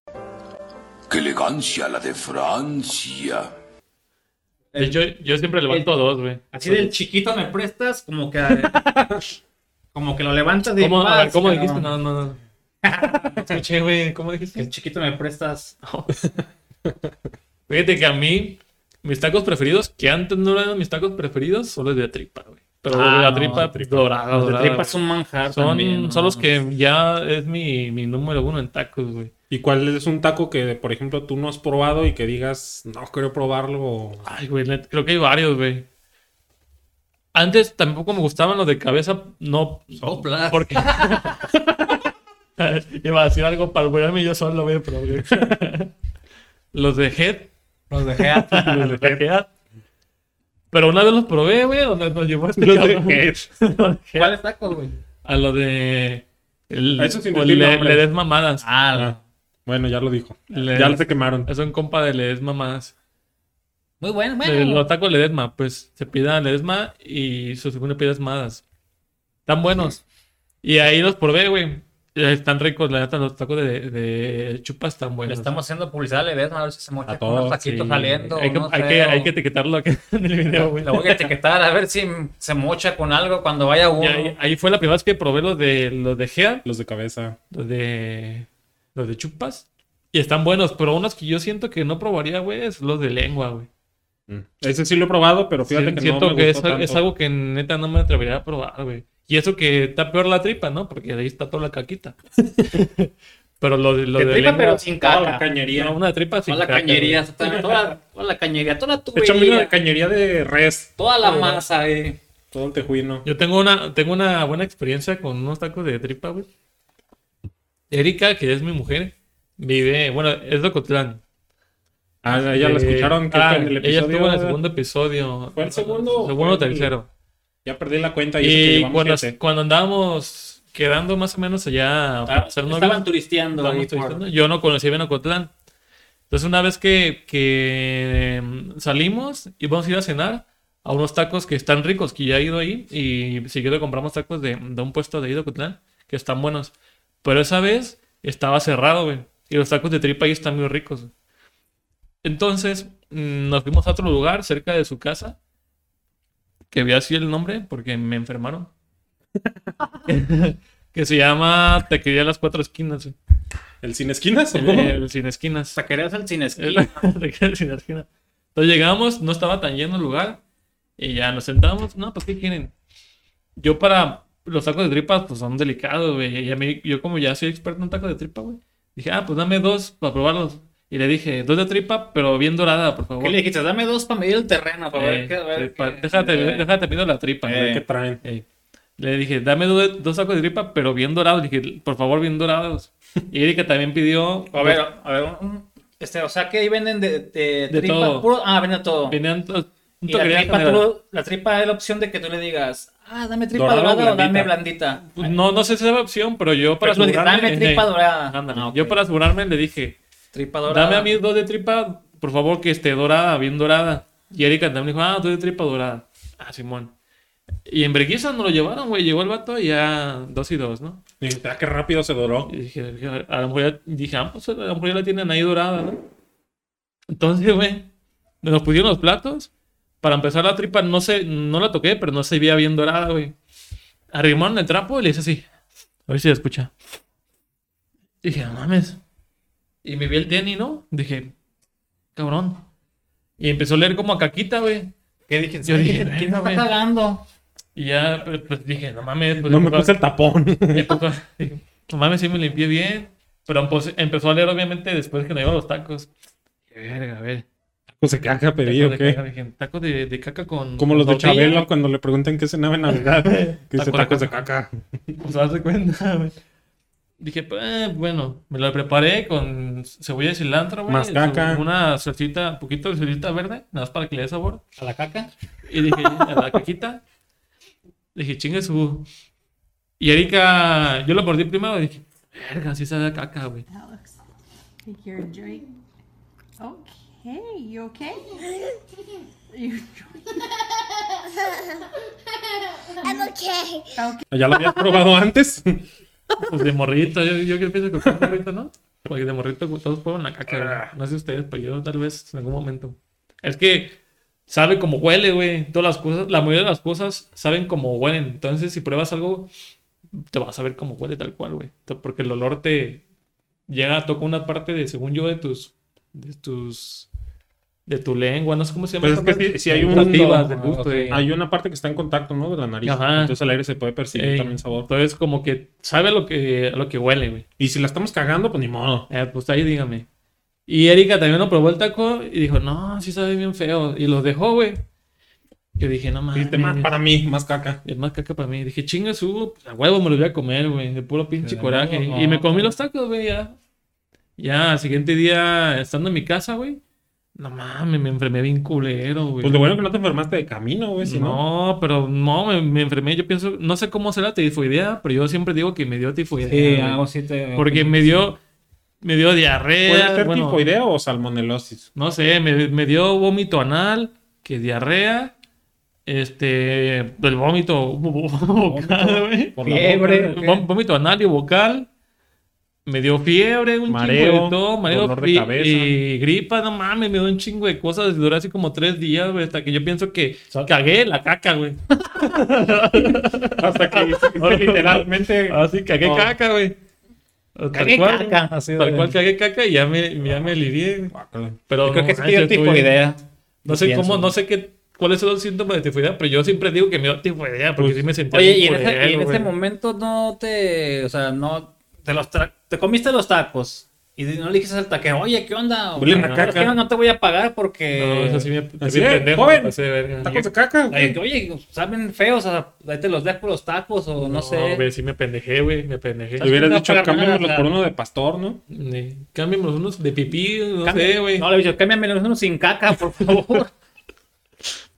S4: ¡Qué elegancia la de Francia!
S1: De hecho, pues, yo siempre levanto dos, güey.
S3: Así del chiquito me prestas, como que... como que lo levantas de...
S1: ¿Cómo, a ver, ¿cómo dijiste? No, no,
S3: no?
S1: no. No Escuché, güey, ¿cómo dijiste?
S3: El chiquito me prestas...
S1: Fíjate que a mí, mis tacos preferidos, que antes no eran mis tacos preferidos, son los de tripa, güey. Pero
S3: Ah,
S1: de la
S3: no,
S1: tripa
S2: tripa.
S1: dorada,
S3: Los de
S1: dorada,
S3: tripa
S1: güey.
S3: es un manjar
S1: Son,
S3: también, ¿no?
S1: son los que ya es mi, mi número uno en tacos, güey.
S2: ¿Y cuál es un taco que, por ejemplo, tú no has probado y que digas, no quiero probarlo? o-
S1: Ay, güey, net- creo que hay varios, güey. Antes tampoco me gustaban los de cabeza, no.
S2: Ah.
S3: Sopla.
S1: Porque. Iba a decir algo para olvidarme yo solo, güey, pero. güey. los de head.
S3: Los dejé hasta-
S1: los de head. Pero una vez los probé, güey, donde nos llevó este
S2: Los de
S1: cabrón.
S2: Head.
S1: Los de Head.
S3: ¿Cuáles tacos, güey?
S1: A lo de. El,
S2: A eso sin
S1: o
S2: decir
S1: le,
S2: nombres.
S1: le des mamadas.
S3: Ah,
S2: Ah, bueno, ya lo dijo.
S1: Le-
S2: Ya lo se quemaron.
S1: Es un compa de le des mamadas.
S3: muy bueno,
S1: Eh,
S3: bueno.
S1: Los tacos Ledesma, pues se pida Ledesma y su segunda pida es Madas. Están buenos. Y ahí los probé, güey. Eh, Están ricos, la neta, los tacos de, de chupa están
S3: Le
S1: buenos.
S3: estamos haciendo publicidad al Edesma, a ver si se mocha
S2: A
S3: con unos
S2: todos,
S3: taquitos
S2: sí.
S3: saliendo.
S1: hay, que,
S3: no
S1: hay
S3: sé,
S1: que-
S3: o-
S1: hay que etiquetarlo aquí en el video, güey.
S3: Lo voy a etiquetar a ver si se mocha con algo cuando vaya
S1: Y
S3: uno.
S1: ahí, ahí fue la primera vez que probé los de los de Gea,
S2: Los de cabeza.
S1: los de los de chupas. Y están buenos, pero unos que yo siento que no probaría, güey, es los de lengua, güey.
S2: Mm. Ese sí lo he probado, pero fíjate
S1: Sí,
S2: que
S1: siento
S2: no me
S1: que es,
S2: gustó tanto.
S1: es algo que neta no me atrevería a probar, güey. Y eso que está peor la tripa, ¿no? Porque de ahí está toda la caquita. pero lo, de- lo
S3: Que
S1: de
S3: tripa,
S1: lengua-
S3: pero sin
S2: Toda la
S3: caca.
S2: cañería.
S1: no, una tripa sin
S3: Toda la
S1: caca,
S3: cañería,
S1: güey.
S3: exactamente, toda la- toda la cañería, toda la
S2: Échame una de
S3: tubería,
S2: cañería de res.
S3: toda la masa, eh.
S2: Todo el tejuino.
S1: Yo tengo una, tengo una buena experiencia con unos tacos de tripa, güey. Erika, que es mi mujer, vive, bueno, es de Cotlán.
S2: Ah, ya lo
S1: Eh,
S2: escucharon. Que
S1: ah,
S2: en el
S1: ella estuvo en el
S2: episodio-
S1: segundo episodio.
S2: ¿Fue el segundo o
S1: Segundo o
S2: fue el-
S1: tercero.
S2: Ya perdí la cuenta y, eso que
S1: Y
S2: llevamos
S1: cuando,
S2: siete.
S1: cuando andábamos quedando más o menos allá para ser novios,
S3: Ah, Estaban turisteando
S1: estábamos
S3: ahí. por-
S1: turistando. yo no conocía bien Ocotlán. Entonces una vez que, que mm, salimos y vamos a ir a cenar a unos tacos que están ricos, que ya he ido ahí y seguido compramos tacos de, de un puesto de ahí de Ocotlán que están buenos. Pero esa vez estaba cerrado, güey. Y los tacos de tripa ahí están muy ricos. güey. Entonces mm, nos fuimos a otro lugar cerca de su casa. Que vi así el nombre porque me enfermaron. que se llama Te quería las cuatro esquinas. güey.
S2: ¿El sin esquinas o
S1: El,
S2: cómo?
S1: el sin esquinas.
S3: Taquerías al cine
S1: El- el sin esquinas. Entonces llegamos, no estaba tan lleno el lugar. Y ya nos sentamos. No, pues, ¿qué quieren? Yo para los tacos de tripas, pues son delicados, güey. Y a mí, yo como ya soy experto en tacos de tripa, güey. Dije, ah, pues dame dos para probarlos. Y le dije, dos de tripa, pero bien dorada, por favor.
S3: ¿Qué le dijiste? Dame dos para medir el terreno, para
S1: Eh,
S3: ver qué. a ver
S1: tripa.
S3: qué-
S1: Déjate,
S3: eh.
S1: déjate, pido la tripa.
S3: Eh.
S2: ¿Qué traen?
S1: Ey. Le dije, dame do- dos tacos de tripa, pero bien dorados. Le dije, por favor, bien dorados. Y Erika también pidió.
S3: A ver, a ver, un- un- este, o sea que ahí venden de, de,
S1: De
S3: tripa
S1: todo.
S3: puro. Ah, venden todo.
S1: pues, Venían to- un
S3: y la
S1: toquería
S3: tripa, tú
S1: general.
S3: lo- la tripa es la opción de que tú le digas, ah, dame tripa
S2: Dorada o
S3: dorada, o
S2: blandita.
S3: dame blandita.
S1: Pues No, no sé si es la opción, pero yo para
S3: Pero tú le dices,
S1: asegurarme.
S3: dame tripa
S1: eh,
S3: dorada.
S1: ándale,
S3: Ah, ok.
S1: Yo para asegurarme le dije,
S3: tripa dorada.
S1: dame a mí dos de tripa, por favor, que esté dorada, bien dorada. Y Erika también dijo, ah, dos de tripa dorada. Ah, Simón. Y en Breguisa nos lo llevaron, güey. Llegó el vato y ya dos y dos, ¿no?
S2: Dijiste, ah, qué rápido se doró.
S1: Y dije, dije, a lo mejor ya, dije, ah, pues, a lo mejor ya la tienen ahí dorada, ¿no? Entonces, güey, nos pusieron los platos. Para empezar la tripa, no sé, no la toqué, pero no se veía bien dorada, güey. Arrimaron el trapo y le hice así. A ver si se escucha. Y dije, no mames. Y me vi el tenis, ¿no? Dije, cabrón. Y empezó a leer como a caquita, güey.
S3: ¿Qué dije?
S1: Yo dije,
S3: ¿quién
S1: "Verga,
S3: está
S1: güey".
S3: cagando?
S1: Y ya, pues, pues, dije, no mames. pues,
S2: No me
S1: empezó a-
S2: puse el tapón.
S1: me puso- dije, No mames, sí me limpié bien. Pero pues, empezó a leer, obviamente, después que nos iban los tacos. Qué verga, a ver.
S2: Pues se caja pedí,
S1: Tacos
S2: ¿o
S1: de
S2: qué?
S1: caca, dije, Tacos de, de caca con.
S2: Como los de
S1: tortilla,
S2: Chabelo cuando le preguntan qué cenaba en Navidad. Que dice
S1: Tacos
S2: tacos
S1: de
S2: de caca.
S1: Pues haz de cuenta, güey. Dije, pues, eh, bueno, me lo preparé con cebolla y cilantro, güey.
S2: Más caca.
S1: su- Una salsita, un poquito de salsita verde, nada más para que le dé sabor.
S3: ¿A la caca?
S1: Y dije, a la cajita. Dije, chingue su. Y Erika, yo lo mordí primero y dije, verga, sí sabe a caca, güey.
S5: Alex, take your drink. Okay, you okay? You
S6: I'm okay.
S2: ¿Ya lo habías probado antes?
S1: Pues de morrito, yo, yo que pienso que fue de morrito, ¿no? Porque de morrito todos fueron la caca, güey. No sé ustedes, pero yo tal vez en algún momento. Es que sabe cómo huele, güey. Todas las cosas, la mayoría de las cosas saben cómo huelen. Entonces, si pruebas algo, te vas a ver cómo huele tal cual, güey. T- Porque el olor te llega, toca una parte de, según yo, de tus. de tus. de tu lengua, no sé cómo se llama.
S2: Pues es
S1: esa
S2: que
S1: parte.
S2: sí- sí hay un-
S1: Olfativas, del
S3: Ah,
S1: gusto,
S3: ok.
S1: güey.
S2: Hay una parte que está en contacto, ¿no? De la nariz.
S1: Ajá.
S2: Entonces el aire se puede percibir
S1: Ey,
S2: también sabor.
S1: Entonces, como que sabe a lo que, a lo que huele, güey.
S2: Y si la estamos cagando, pues ni modo.
S1: Eh, pues ahí dígame. Y Erika también lo probó el taco y dijo, no, sí sabe bien feo. Y los dejó, güey. Yo dije, no mames.
S2: Dijiste, Este, más para mí, más caca.
S1: Es más caca para mí. Dije, chinga su, a huevo me los voy a comer, güey. De puro pinche
S3: Pero
S1: coraje.
S3: no,
S1: y me
S3: no,
S1: comí
S3: no.
S1: los tacos, güey, ya. Ya, al siguiente día, estando en mi casa, güey. No mames, me enfermé bien culero, güey.
S2: Pues lo bueno que no te enfermaste de camino, güey. Si no.
S1: no, pero no, me, me enfermé. Yo pienso, no sé cómo será la tifoidea, pero yo siempre digo que me dio tifoidea.
S3: Sí, ah,
S1: güey.
S3: algo así te...
S1: Porque me dio, me dio diarrea.
S2: ¿Puede ser
S1: eh, bueno,
S2: tifoidea o salmonelosis?
S1: No sé, me, me dio vómito anal, que diarrea, este, el vómito vo- vo- vocal, güey.
S2: Por la
S3: Fiebre.
S2: boca.
S3: ¿Por qué?
S1: Vom- Vómito anal y vocal. Me dio fiebre, un
S2: Mareo,
S1: chingo de todo, mareo
S2: dolor de
S1: y-
S2: cabeza.
S1: y gripa, no mames, me dio un chingo de cosas, duró así como tres días, güey, hasta que yo pienso que cagué la caca, güey.
S2: Hasta que hiciste literalmente.
S1: Así cagué
S2: Oh.
S1: caca, güey. Tal
S3: Cagué
S1: cual,
S3: caca, así de-
S1: tal cual cagué caca y ya me, ya me liré.
S2: Guácala.
S1: Pero
S3: Yo creo
S1: no ah,
S3: que sí te
S1: manches,
S3: dio
S1: estuve-
S3: tipo idea.
S1: No sé
S3: Pienso.
S1: cómo, no sé qué, cuáles son los síntomas de tifoidea, pero yo siempre digo que me dio tifoidea porque
S3: Pues,
S1: sí me sentía
S3: Oye,
S1: bien
S3: y en, ese,
S1: culero,
S3: y en ese
S1: güey.
S3: momento no te. O sea, no. Te, los tra- te comiste los tacos. Y no le dijiste al taquero, oye, ¿qué onda? O,
S2: Huelen a
S3: "No,
S2: caca".
S3: es que no, no te voy a pagar
S1: No,
S3: porque.
S1: eso sí me
S2: Así
S1: sí me
S2: es,
S1: pendejo,
S2: joven.
S1: me pasé de verga.
S2: Tacos de caca.
S3: Ay,
S2: güey.
S3: que, Oye, saben feos, o sea, ahí te los dejo los tacos o no, sé.
S1: güey, sí me pendejé, güey, me pendejé.
S2: Le hubieras
S3: no
S2: dicho,
S3: pagar nada,
S2: cámbiamelos
S3: o sea.
S2: por uno de pastor, ¿no?
S1: Eh, Cámbianos unos de pipí, no
S3: Cambia-
S1: sé, güey.
S3: No, le dije, cámbiame uno sin caca, por favor.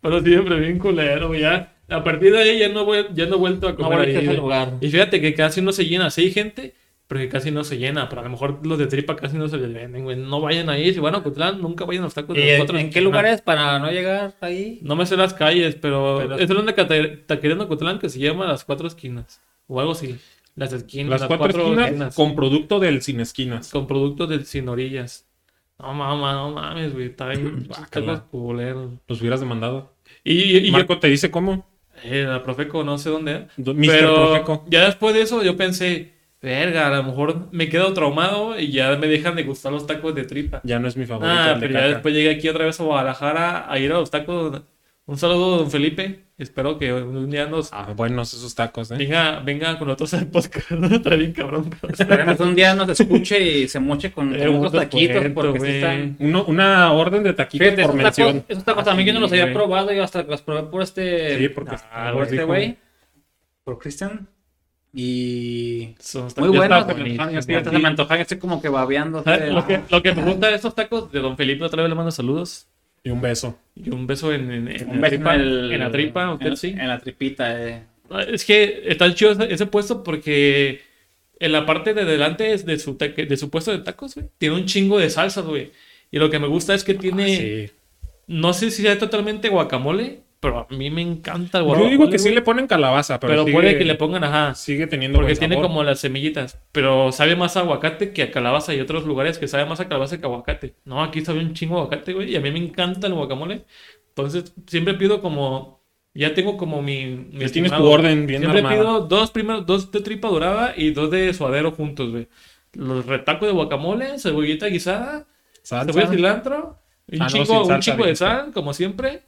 S1: Pero siempre bien culero, güey, ya. A partir de ahí ya no, vuel- ya no he vuelto a comer ahí,
S3: volviste a ese
S1: güey.
S3: lugar.
S1: Y fíjate que casi no se llena, sí hay gente, pero que casi no se llena. Pero a lo mejor los de tripa casi no se les venden, güey. No vayan ahí, si van a Cutlán, nunca vayan a los tacos de Ah,
S3: ¿Y
S1: los
S3: Pues, en,
S1: cuatro
S3: en qué
S1: esquinas.
S3: lugares para no llegar ahí?
S1: No me sé las calles, pero,
S3: Pero-
S1: es una cata- taquería en Ocotlán que se llama Las Cuatro Esquinas. O algo así. Las esquinas.
S2: Las cuatro esquinas
S1: con...
S2: con producto del sin esquinas.
S1: con productos del Sin Orillas. No mames, no mames, güey. Está bien.
S2: Guácala.
S1: tacos culeros.
S2: Los hubieras demandado.
S1: Y, y, y yo,
S2: Marco te dice cómo.
S1: eh, la Profeco, no sé dónde era.
S2: Do- Mr.
S1: Pero
S2: Profeco.
S1: ya después de eso yo pensé, verga, a lo mejor me quedo traumado y ya me dejan de gustar los tacos de tripa.
S2: Ya no es mi favorito.
S1: Ah,
S2: el de
S1: pero ya
S2: caca.
S1: después llegué aquí otra vez a Guadalajara a ir a los tacos. Un saludo, don Felipe. Espero que un día nos
S2: Ah, buenos esos tacos, ¿eh?
S1: venga, venga con nosotros al podcast. Está bien, cabrón. pero-
S3: Esperemos que un día nos escuche y se moche con
S1: Eh,
S3: con unos
S1: otro
S3: taquitos,
S1: cuento,
S3: porque sí
S1: güey.
S3: están.
S2: Uno- una orden de taquitos
S3: Fíjate,
S2: por
S3: esos tacos,
S2: mención.
S3: esos tacos también yo no los
S1: Ah, Sí,
S3: había
S1: güey.
S3: probado, yo hasta los probé por este.
S2: Sí, porque
S3: Ah,
S2: está
S3: por este
S2: rico.
S3: güey. Por Christian. Y.
S1: Son- están-
S3: Muy
S1: ya
S3: bueno.
S1: está buenísimo.
S3: Se me antoja, estoy como que babeando.
S1: ¿Sabes? Lo que, lo que me gusta de estos tacos de don Felipe, otra vez le mando saludos.
S2: Y un beso.
S1: Y un beso en, en- en
S3: Un
S1: la,
S3: beso
S1: tripa,
S3: en el-
S1: en la tripa, usted
S3: en-
S1: sí. Ah,
S3: En la tripita, eh.
S1: Es que está chido ese, ese puesto porque en la parte de delante es de su, taque- de su puesto de tacos, güey, tiene un chingo de salsas, güey. Y lo que me gusta es que
S3: Ah,
S1: tiene,
S2: Sí.
S1: no sé si sea totalmente guacamole, pero a mí me encanta el
S2: Yo
S1: guacamole.
S2: digo que sí
S1: güey.
S2: le ponen calabaza, pero,
S1: pero
S2: sigue-
S1: puede que le pongan, ajá.
S2: Sigue teniendo
S1: Porque
S2: buen
S1: tiene
S2: sabor.
S1: como las semillitas, pero sabe más a aguacate que a calabaza y otros lugares que sabe más a calabaza que a aguacate. No, aquí sabe un chingo a aguacate, güey, y a mí me encanta el guacamole. Entonces, siempre pido como ya tengo como mi, mi
S2: Ya tienes tu
S1: estimado.
S2: orden bien
S1: Siempre
S2: armada.
S1: pido dos primeros dos de tripa dorada y dos de suadero juntos, güey. Los retacos de guacamole, cebollita guisada,
S2: Salsa.
S1: cebolla de cilantro, un
S2: Ah, no,
S1: chingo,
S2: sin
S1: un
S2: salsa,
S1: chingo de
S2: dijiste.
S1: sal, como siempre.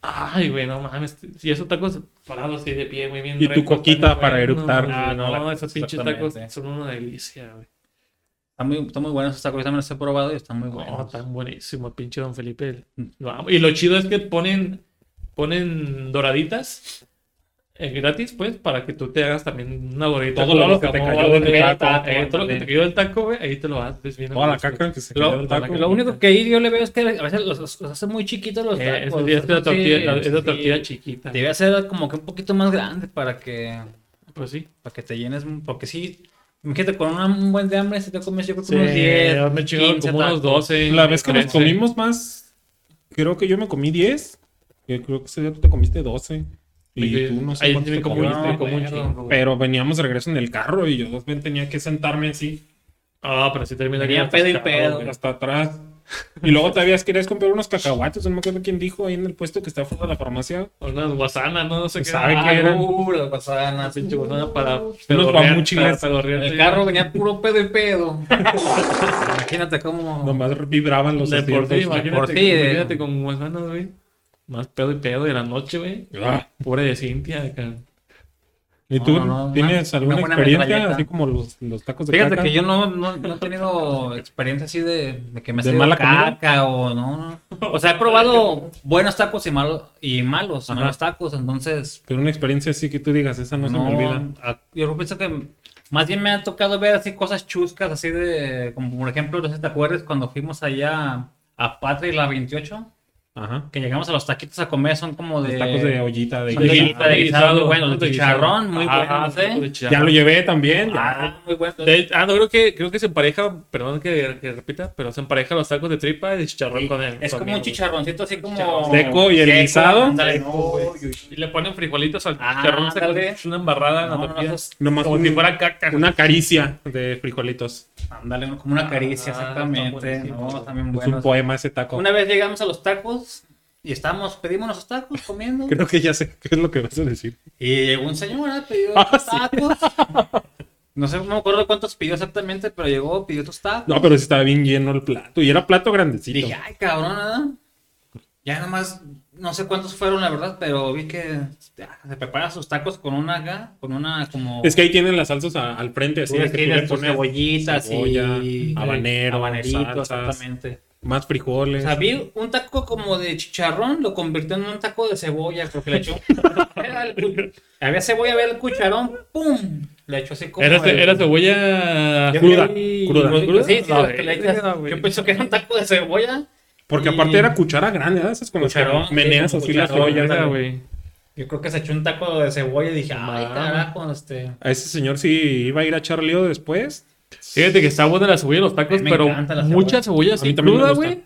S1: Ay, güey, no mames. Si esos tacos parados así de pie, güey, bien
S2: Y tu
S1: ricos, están
S2: coquita
S1: muy
S2: para
S1: buenos,
S2: eructar.
S1: güey.
S2: Ah, no,
S1: no,
S2: la-
S1: esos pinches tacos
S3: exactamente.
S1: son una delicia, güey.
S3: Están muy, están muy buenos esos tacos. Yo también los he probado y están muy buenos.
S2: pues.
S1: No, tan buenísimo, pinche Don Felipe. Lo amo. Y lo chido es que ponen, ponen doraditas eh, gratis, pues, para que tú te hagas también una doradita.
S2: Todo lo que te cayó
S1: cayó
S2: del
S1: del
S2: taco,
S1: taco, eh,
S2: ándale.
S1: todo lo que te cayó del taco, güey, ahí te lo haces bien. a
S2: Toda la
S1: gusto.
S2: caca que se
S1: Lo-
S2: quedó del
S1: la-
S2: taco.
S1: lo
S3: Lo único que ahí yo le veo es que a veces los, los- los hacen muy chiquitos los
S1: Eh,
S3: tacos.
S1: es es la
S3: Sí,
S1: tortilla, la- es la
S3: sí.
S1: tortilla chiquita.
S3: Debe ser como que un poquito más grande para que,
S1: Pues sí.
S3: para que te llenes. Porque sí, imagínate, con una- un buen de hambre se te comes yo creo que
S1: Sí,
S3: unos 10.
S1: yo me he chingado
S3: 15
S1: como unos
S3: tacos.
S1: 12.
S2: La vez que nos
S1: 13.
S2: comimos más, creo que yo me comí 10. y creo que ese día tú te comiste 12. Y
S1: Porque
S2: tú no sé
S1: ahí
S2: cuánto
S1: sí me
S2: te
S1: comí,
S2: comiste.
S1: me comí un
S3: pero-
S1: chingo, güey.
S2: Pero veníamos de regreso en el carro y yo dos veces tenía que sentarme así,
S1: Ah, pero sí termina
S3: Venía
S1: bien
S3: pedo y
S1: atascado,
S3: pedo.
S1: güey.
S2: hasta atrás. Y luego todavía querías comprar unos cacahuates, no me acuerdo quién dijo ahí en el puesto que está fuera de la farmacia.
S1: Unas guasanas, no, no sé qué.
S2: ¿Sabe
S1: Ah,
S2: qué era?
S3: Uh, las guasanas.
S1: Pinche guasana para
S2: guamuchiles.
S3: El carro venía puro pedo y pedo. Imagínate cómo.
S2: Nomás vibraban los
S1: de por sí,
S2: asientos.
S1: imagínate,
S3: por sí, de-
S1: imagínate con guasanas, güey. Más pedo y pedo de la noche, güey.
S2: Ah,
S1: Pobre de Cintia, acá.
S2: ¿Y
S3: No,
S2: tú
S3: no, no,
S2: tienes
S3: una-
S2: alguna
S3: una buena
S2: experiencia
S3: metralleta.
S2: así como los, los tacos de
S3: Fíjate
S2: caca?
S3: que yo no, no, no he tenido experiencia así de, de que me
S2: ¿De
S3: salido
S2: mala comida?
S3: caca o no, no. O sea, he probado buenos tacos y malos, y malos,
S2: Ajá.
S3: malos tacos, entonces
S2: Pero una experiencia así que tú digas, esa no, se
S3: no,
S2: me olvida.
S3: a- Ah, yo pienso que más bien me ha tocado ver así cosas chuscas, así de, como por ejemplo, no sé si te acuerdas cuando fuimos allá a Patria y la 28,
S2: Ajá.
S3: que llegamos a los taquitos a comer, son como de...
S2: Los tacos de ollita, de
S3: Son de
S2: grill.
S3: ollita, de guisado, bueno, de chicharrón, muy buenos, ¿eh?
S2: Ya lo llevé también.
S3: Ah, muy bueno.
S1: De- ah, no, creo que, creo que se empareja, perdón que, que repita, pero se empareja los tacos de tripa y de chicharrón con él.
S3: es
S1: con
S3: como
S1: él,
S3: un chicharroncito así como...
S2: Seco y el
S3: Seco,
S2: guisado.
S3: ándale, no,
S1: güey. Y le ponen frijolitos al
S3: Ah,
S1: chicharrón, se-
S3: ándale.
S1: es una embarrada en la
S3: No, no, no,
S1: tortilla.
S3: eso es-
S2: Nomás
S1: como
S2: un-
S1: si fuera caca. güey.
S2: Una caricia de frijolitos.
S3: Ándale, uno como una caricia,
S1: Ah, está
S3: exactamente.
S1: buenísimo.
S3: No, también
S2: Es un
S3: bueno.
S2: poema ese taco.
S3: Una vez llegamos a los tacos y estábamos, pedimos los tacos comiendo.
S2: Creo que ya sé qué es lo que vas a decir.
S3: Y llegó un señor, ah, pidió
S2: Ah,
S3: tus
S2: sí.
S3: tacos. No sé, no me acuerdo cuántos pidió exactamente, pero llegó, pidió tus tacos.
S2: No, pero sí estaba bien lleno el plato. Y era plato
S3: Y
S2: grandecito.
S3: dije, "Ah, ay, cabrón, nada. Ya nada más, no sé cuántos fueron, la verdad, pero vi que ah, se preparan sus tacos con una acá, con una como.
S2: Es que ahí tienen las salsas a- al frente, así
S3: Tú
S2: de
S3: les
S2: que tú le
S3: tiras tus
S2: pones
S3: cebollitas y
S2: cebolla, habanero,
S3: habaneritos,
S2: salsas.
S3: exactamente.
S2: más
S3: O
S2: frijoles.
S3: sea, vi un taco como de chicharrón, lo convirtió en un taco de cebolla, porque le echó. Era el cu- había cebolla, había el cucharón, ¡pum! Le echó así como.
S1: Era,
S3: el-
S1: ce- era cebolla
S2: Yo
S1: cruda.
S2: creí-
S1: cruda.
S2: Pues,
S1: ¿Cruda?
S3: Sí, sí,
S1: No,
S3: lo que le echas.
S1: verga, güey.
S3: Yo pienso que era un taco de cebolla.
S2: Porque
S3: y-
S2: aparte era cuchara grande, ¿verdad? Esas con las que
S3: Cucharón, sí,
S2: meneas
S3: como
S2: así las
S3: cucharón,
S2: ollas.
S1: Verga, güey.
S3: Yo creo que se echó un taco de cebolla y dije, ay,
S1: Mamá.
S3: carajo, este.
S2: A ese señor sí iba a ir a echar lío después.
S1: Fíjate que está buena la cebolla de los tacos,
S3: A mí me
S1: pero
S3: encanta la
S1: mucha cebolla
S2: A mí
S1: así
S2: también me
S1: cruda,
S2: gusta.
S1: güey.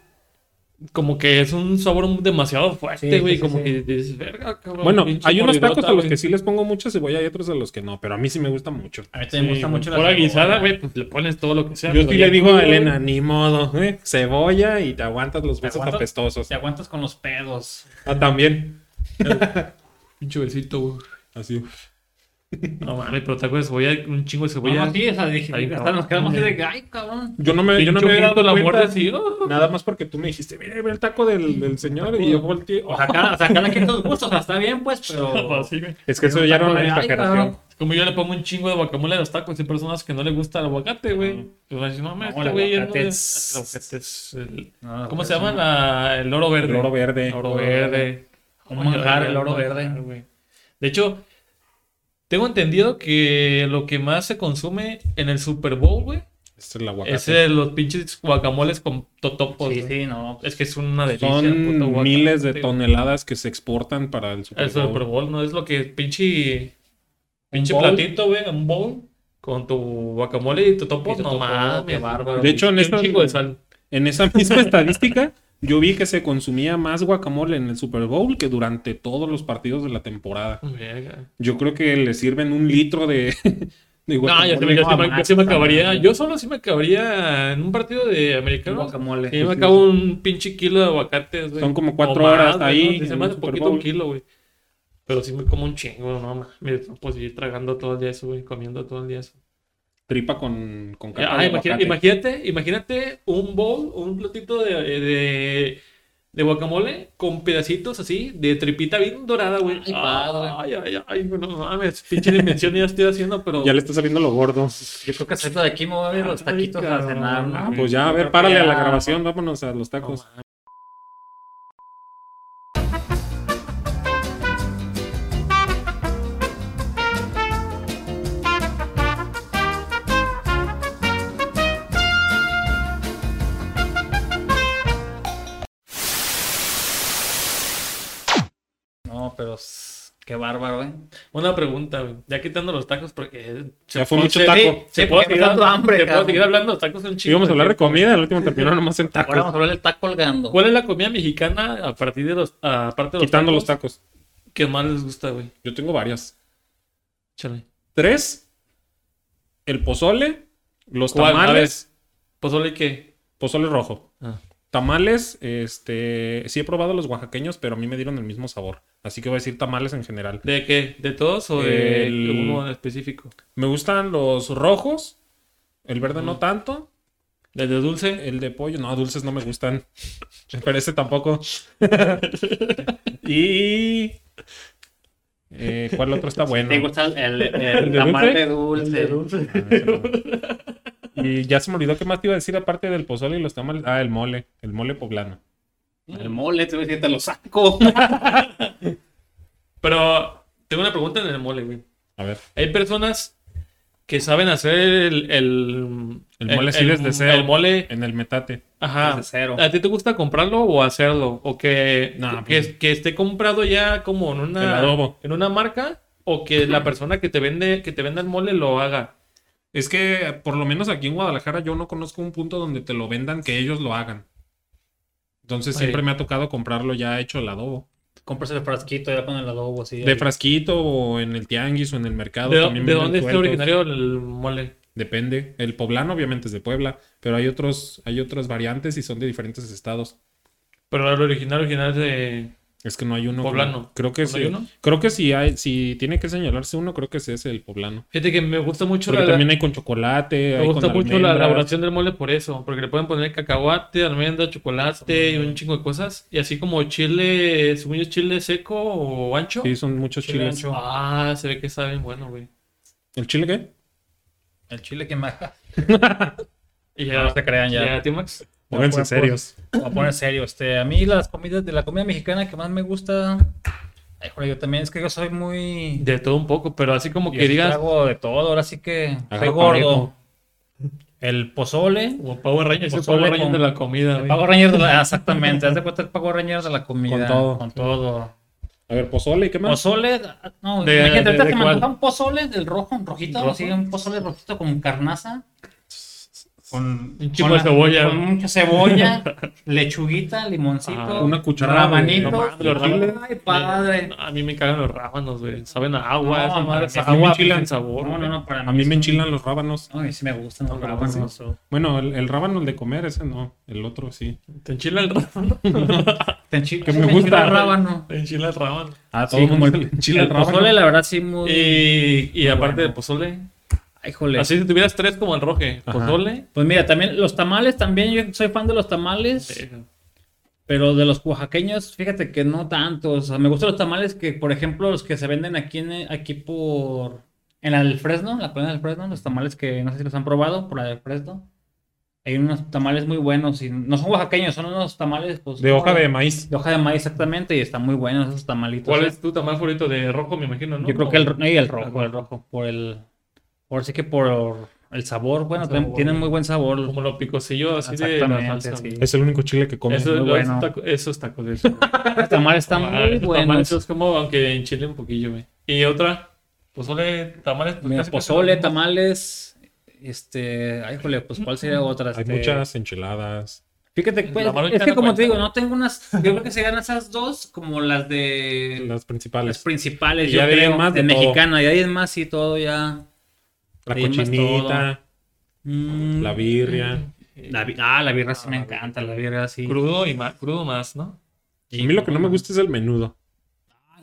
S1: Como que es un sabor demasiado fuerte,
S3: Sí,
S1: güey.
S3: sí, sí,
S1: como
S3: sí.
S1: que dices, verga, cabrón.
S2: Bueno,
S1: pinche
S2: hay unos
S1: morirota,
S2: tacos a los
S1: güey".
S2: que sí les pongo mucha cebolla y otros a los que no, pero a mí sí me gusta mucho.
S3: A mí también me gusta
S1: Sí,
S3: mucho la
S1: güey. Fuera
S3: cebolla.
S1: guisada, güey, pues le pones todo lo que sea.
S2: Yo
S1: pero
S2: sí
S1: ya
S2: le digo
S1: crudo,
S2: a Elena, ni modo, ¿eh? cebolla y te aguantas los besos
S3: aguantas?
S2: apestosos.
S3: Te aguantas con los pedos.
S2: Ah, también.
S1: Pinche besito, güey.
S2: Así.
S1: No mames, pero tacos de cebolla, un chingo de
S3: Oye,
S1: cebolla.
S3: no, sí, o sea, dije,
S1: Ay,
S3: hasta
S1: cabrón.
S3: nos quedamos así de, ay, cabrón.
S2: Yo no me, yo no
S1: Pinche
S2: me había
S1: muerto
S2: dado
S1: la
S2: la
S1: muerte
S2: muerte
S1: así, oh.
S2: Nada más porque tú me dijiste, mira, ve el taco del, del señor y yo volteé.
S3: O sea, cada, o sea, cada quien sus gustos, o sea, está bien, pues, pero.
S1: Así, güey.
S2: Es que eso ya era una
S3: Ay,
S2: exageración.
S3: cabrón.
S1: Es Como yo le pongo un chingo de guacamole a los tacos, hay personas que no le gusta el aguacate, güey. Pues así, no mames,
S3: No,
S1: este
S3: el
S1: güey. ya no
S3: aguacate
S1: le-
S3: es-
S1: el aguacate es el-
S3: No,
S1: ¿Cómo
S3: pues,
S1: se llama?
S3: no.
S1: La- El oro verde.
S2: El oro verde.
S1: Oro verde.
S3: Un manjar, el oro
S1: Un manjar,
S3: verde.
S1: güey. De hecho, tengo entendido que lo que más se consume en el Super Bowl, güey,
S2: Es el aguacate.
S1: es el- los pinches guacamoles con totopos.
S3: Sí,
S1: güey.
S3: sí, no. pues,
S1: Es que es una delicia. el puto
S2: Son
S1: guacamole,
S2: miles de
S1: güey.
S2: toneladas que se exportan para el Super
S1: El Super
S2: Bowl.
S1: Bowl no es lo que pinche pinche
S3: bowl?
S1: platito, güey, un bowl con tu guacamole y tu topo,
S3: Y tu
S1: no
S3: topo,
S1: mames,
S3: qué bárbaro.
S2: De hecho, en
S1: Y
S2: esta-
S1: un chingo de sal.
S2: En esa misma estadística, yo vi que se consumía más guacamole en el Super Bowl que durante todos los partidos de la temporada.
S1: Verga.
S2: Yo creo que le sirven un litro de, de
S1: No,
S2: guacamole.
S1: ya se me, yo sí me- yo sí me
S2: Ah,
S1: acabaría. Yo solo sí me acabaría en un partido de americano.
S3: Guacamole.
S1: Sí, me acabo un pinche kilo de aguacates, güey.
S2: Son como cuatro
S1: O más,
S2: horas
S1: güey,
S2: ahí
S1: ¿no? Sí, Se
S2: en
S1: me
S2: el
S1: hace
S2: Super
S1: poquito un
S2: Bowl.
S1: kilo, güey. Pero sí me como un chingo, no mames. No puedo seguir tragando todo el día eso, güey. Comiendo todo el día eso.
S2: Tripa con, con
S1: Ah,
S2: de
S1: imagina-
S2: aguacate.
S1: imagínate, imagínate un bowl, un platito de, de, de guacamole con pedacitos así de tripita bien dorada, güey.
S3: Ay, padre.
S1: Ay, ay, ay, no mames, pinche dimensión ya estoy haciendo, pero.
S2: Ya le está saliendo lo gordo.
S3: Yo creo que acepto de aquí me voy a ver los
S1: Ay,
S3: taquitos a
S1: cabrón.
S3: cenar, ¿no?
S2: Pues ya, a ver, párale a la grabación, vámonos a los tacos.
S3: No, pero s- qué bárbaro, ¿eh?
S1: Una pregunta, güey. Ya quitando los tacos, porque. eh,
S2: Ya fue mucho
S1: se-
S2: taco.
S1: sí,
S3: Sí,
S1: Se puede
S3: porque
S1: seguir
S3: me está dando hambre,
S1: hambre, Se puede
S3: cabrón.
S1: seguir hablando de los tacos un
S2: Sí,
S1: chingo.
S2: íbamos a hablar de
S1: güey.
S2: comida, el último terminó nomás en
S1: Pues
S3: Ahora vamos
S2: tacos.
S3: a hablar del taco colgando.
S1: ¿Cuál es la comida mexicana a partir de los. Aparte de los
S2: Quitando
S1: tacos,
S2: los tacos.
S1: Que más les gusta, güey.
S2: Yo tengo varias.
S1: Chale.
S2: Tres, el pozole, los
S1: ¿Cuál? A
S2: tamales,
S1: ¿Pozole Pues, qué?
S2: pozole rojo.
S1: Ah.
S2: Tamales, este, sí he probado los oaxaqueños, pero a mí me dieron el mismo sabor. Así que voy a decir tamales en general.
S1: ¿De qué? ¿De todos o de
S2: El-
S1: uno en específico?
S2: Me gustan los rojos, el verde no tanto,
S1: ¿De, de
S3: Eh,
S1: dulce?
S2: el de pollo, no, dulces no me gustan, pero este tampoco. y... eh, ¿Cuál otro está bueno?
S3: ¿Te gusta el, el,
S2: ¿El de
S3: tamal
S2: dulce?
S3: de dulce?
S2: Y ya se me olvidó qué más te iba a decir aparte del pozole y los tamales. Ah, el mole, el mole poblano.
S3: El mole, te voy a decir, te lo saco.
S1: Pero tengo una pregunta en el mole, güey.
S2: A ver,
S1: Hay personas que saben hacer el. El,
S2: el mole sí les deseo.
S1: El mole.
S2: En el metate.
S1: Ajá.
S3: Desde cero.
S1: ¿A ti te gusta comprarlo o hacerlo? ¿O que,
S2: No,
S1: que,
S2: pues-
S1: que esté comprado ya como en
S2: El
S1: una,
S2: adobo.
S1: en una marca? ¿O que la persona que te vende que te venda el mole lo haga?
S2: Es que por lo menos aquí en Guadalajara yo no conozco un punto donde te lo vendan que ellos lo hagan. Entonces
S1: Sí.
S2: siempre me ha tocado comprarlo ya hecho el adobo.
S3: Compras el frasquito ya con el adobo, así.
S2: De frasquito o en el tianguis o en el mercado.
S1: ¿De,
S2: también
S1: de
S2: venden
S1: dónde es
S2: sueltos.
S1: originario el mole?
S2: Depende. El poblano obviamente es de Puebla, pero hay otros, hay otras variantes y son de diferentes estados.
S1: Pero el original, original es de.
S2: Es que no hay uno.
S1: Poblano.
S2: Creo que
S1: ¿No hay
S2: sí.
S1: uno?
S2: Creo que si hay, si tiene que señalarse uno, creo que ese es el poblano.
S1: Fíjate que me gusta mucho
S2: Porque
S1: la-
S2: también hay con chocolate,
S1: Me
S2: hay
S1: gusta
S2: con
S1: mucho la
S2: almendras.
S1: elaboración del mole por eso, porque le pueden poner cacahuate, almendra, chocolate y un chingo de cosas. Y así como chile, según yo, chile seco o ancho.
S2: Sí, son muchos
S3: Chile
S2: chiles.
S3: ancho.
S1: Ah, se ve que está bien bueno, güey.
S2: ¿El chile qué?
S3: El chile que más.
S1: Y
S3: No te crean ya.
S1: ¿Ya, tío Max?
S2: Pónganse
S3: Pues,
S2: serios.
S3: Voy a poner serio, este, a mí las comidas de la comida mexicana que más me gusta, ay, joder, yo también, es que yo soy muy...
S1: De todo un poco, pero así como
S3: yo
S1: que digas,
S3: Hago de todo, ahora sí que soy
S2: Agarra
S3: gordo. El pozole,
S1: como Power Rangers, el
S3: Pozole
S1: Power Rangers
S3: con-
S1: de la comida,
S3: el
S1: güey.
S3: Power Ranger de la... ah, Exactamente, haz de cuenta el Power Ranger de la comida.
S2: Con todo.
S3: Con todo.
S2: A ver, pozole, ¿y qué más?
S3: Pozole, ah, no,
S1: De-
S3: imagínate,
S1: de-
S3: ahorita
S1: de
S3: se me
S1: cuál?
S3: antoja un pozole del rojo, un rojito,
S1: ¿Rojo?
S3: así, un pozole rojito con carnaza. Con,
S1: Un chingo
S3: con
S1: de cebolla.
S3: Con mucha cebolla, lechuguita, limoncito.
S1: Ah,
S2: una cucharada de-
S3: Rabanito.
S1: no mames, los rábanos.
S3: Ay, padre.
S1: A mí me cagan los rábanos, güey. Saben a agua,
S3: No,
S1: esa madre,
S3: a mí
S1: agua
S2: me enchilan.
S1: sin sabor.
S3: No, no,
S1: güey.
S3: no, para mí.
S2: A mí me
S3: es-
S2: enchilan los rábanos.
S3: No, a mí sí me gustan los
S1: No, pero
S3: rábanos.
S1: sí.
S2: Bueno, el, el rábano, el de comer, ese no. El otro sí.
S1: Te enchila el rábano.
S3: Te enchi-
S2: Que
S3: sí,
S2: me
S3: te
S2: gusta.
S3: enchila el rábano.
S1: Te enchila el rábano.
S2: Ah,
S3: Sí,
S2: mundo
S3: como
S2: le enchila el
S3: El
S2: rábano.
S3: pozole, la verdad, sí, muy.
S1: Y, y aparte
S3: bueno.
S1: de pozole,
S3: Ay, jole.
S1: Así si tuvieras tres como el roje,
S2: Ajá.
S1: pozole.
S3: Pues mira, también los tamales, también yo soy fan de los tamales, pero de los oaxaqueños, fíjate que no tanto. O sea, me gustan los tamales que, por ejemplo, los que se venden aquí en aquí por en la del Fresno, en la plena del Fresno, los tamales que no sé si los han probado por la del Fresno. Hay unos tamales muy buenos y no son oaxaqueños, son unos tamales pues,
S2: De hoja de maíz.
S3: de hoja de maíz exactamente y están muy buenos esos tamalitos.
S1: ¿Cuál
S3: ¿eh?
S1: es tu tamal favorito de rojo, me imagino, no?
S3: Yo creo que el, ro- no, y el rojo,
S1: Ajá.
S3: el rojo, por el, por sí que por el sabor, bueno,
S1: El
S3: también
S1: sabor,
S3: tienen
S1: güey.
S3: muy buen sabor.
S1: como lo picosillo así de la
S3: Exactamente,
S1: salsa.
S3: sí.
S1: güey.
S2: Es el único chile que come.
S1: Eso,
S3: muy
S1: los
S3: bueno.
S1: tacos- esos tacos de eso.
S3: Los tamales están Este muy buenos.
S1: Ah, este es como aunque en Chile un poquillo, güey. Y otra, pozole, tamales. pues,
S3: Mira,
S1: casi, casi
S3: pozole,
S1: lo mismo.
S3: tamales, este, ay, jole, pues cuál sería otra.
S2: Hay
S3: Este,
S2: muchas enchiladas.
S3: Fíjate, pues,
S1: La mano
S3: es que
S1: echada
S3: como te
S1: cuenta.
S3: digo, no tengo unas, yo creo que serían esas dos como las de
S2: Las
S3: las
S2: principales.
S3: principales,
S2: Y
S3: yo
S2: ya de ahí en
S3: creo,
S2: más
S3: de
S2: de todo.
S3: mexicana, y ahí es más y todo ya.
S2: La
S3: Sí, más
S2: cochinita,
S3: Mm,
S2: la birria.
S3: la bi- ah, la birra sí me encanta, la birra sí.
S1: Crudo y más, crudo más, ¿no?
S2: A mí lo que no me gusta es el menudo.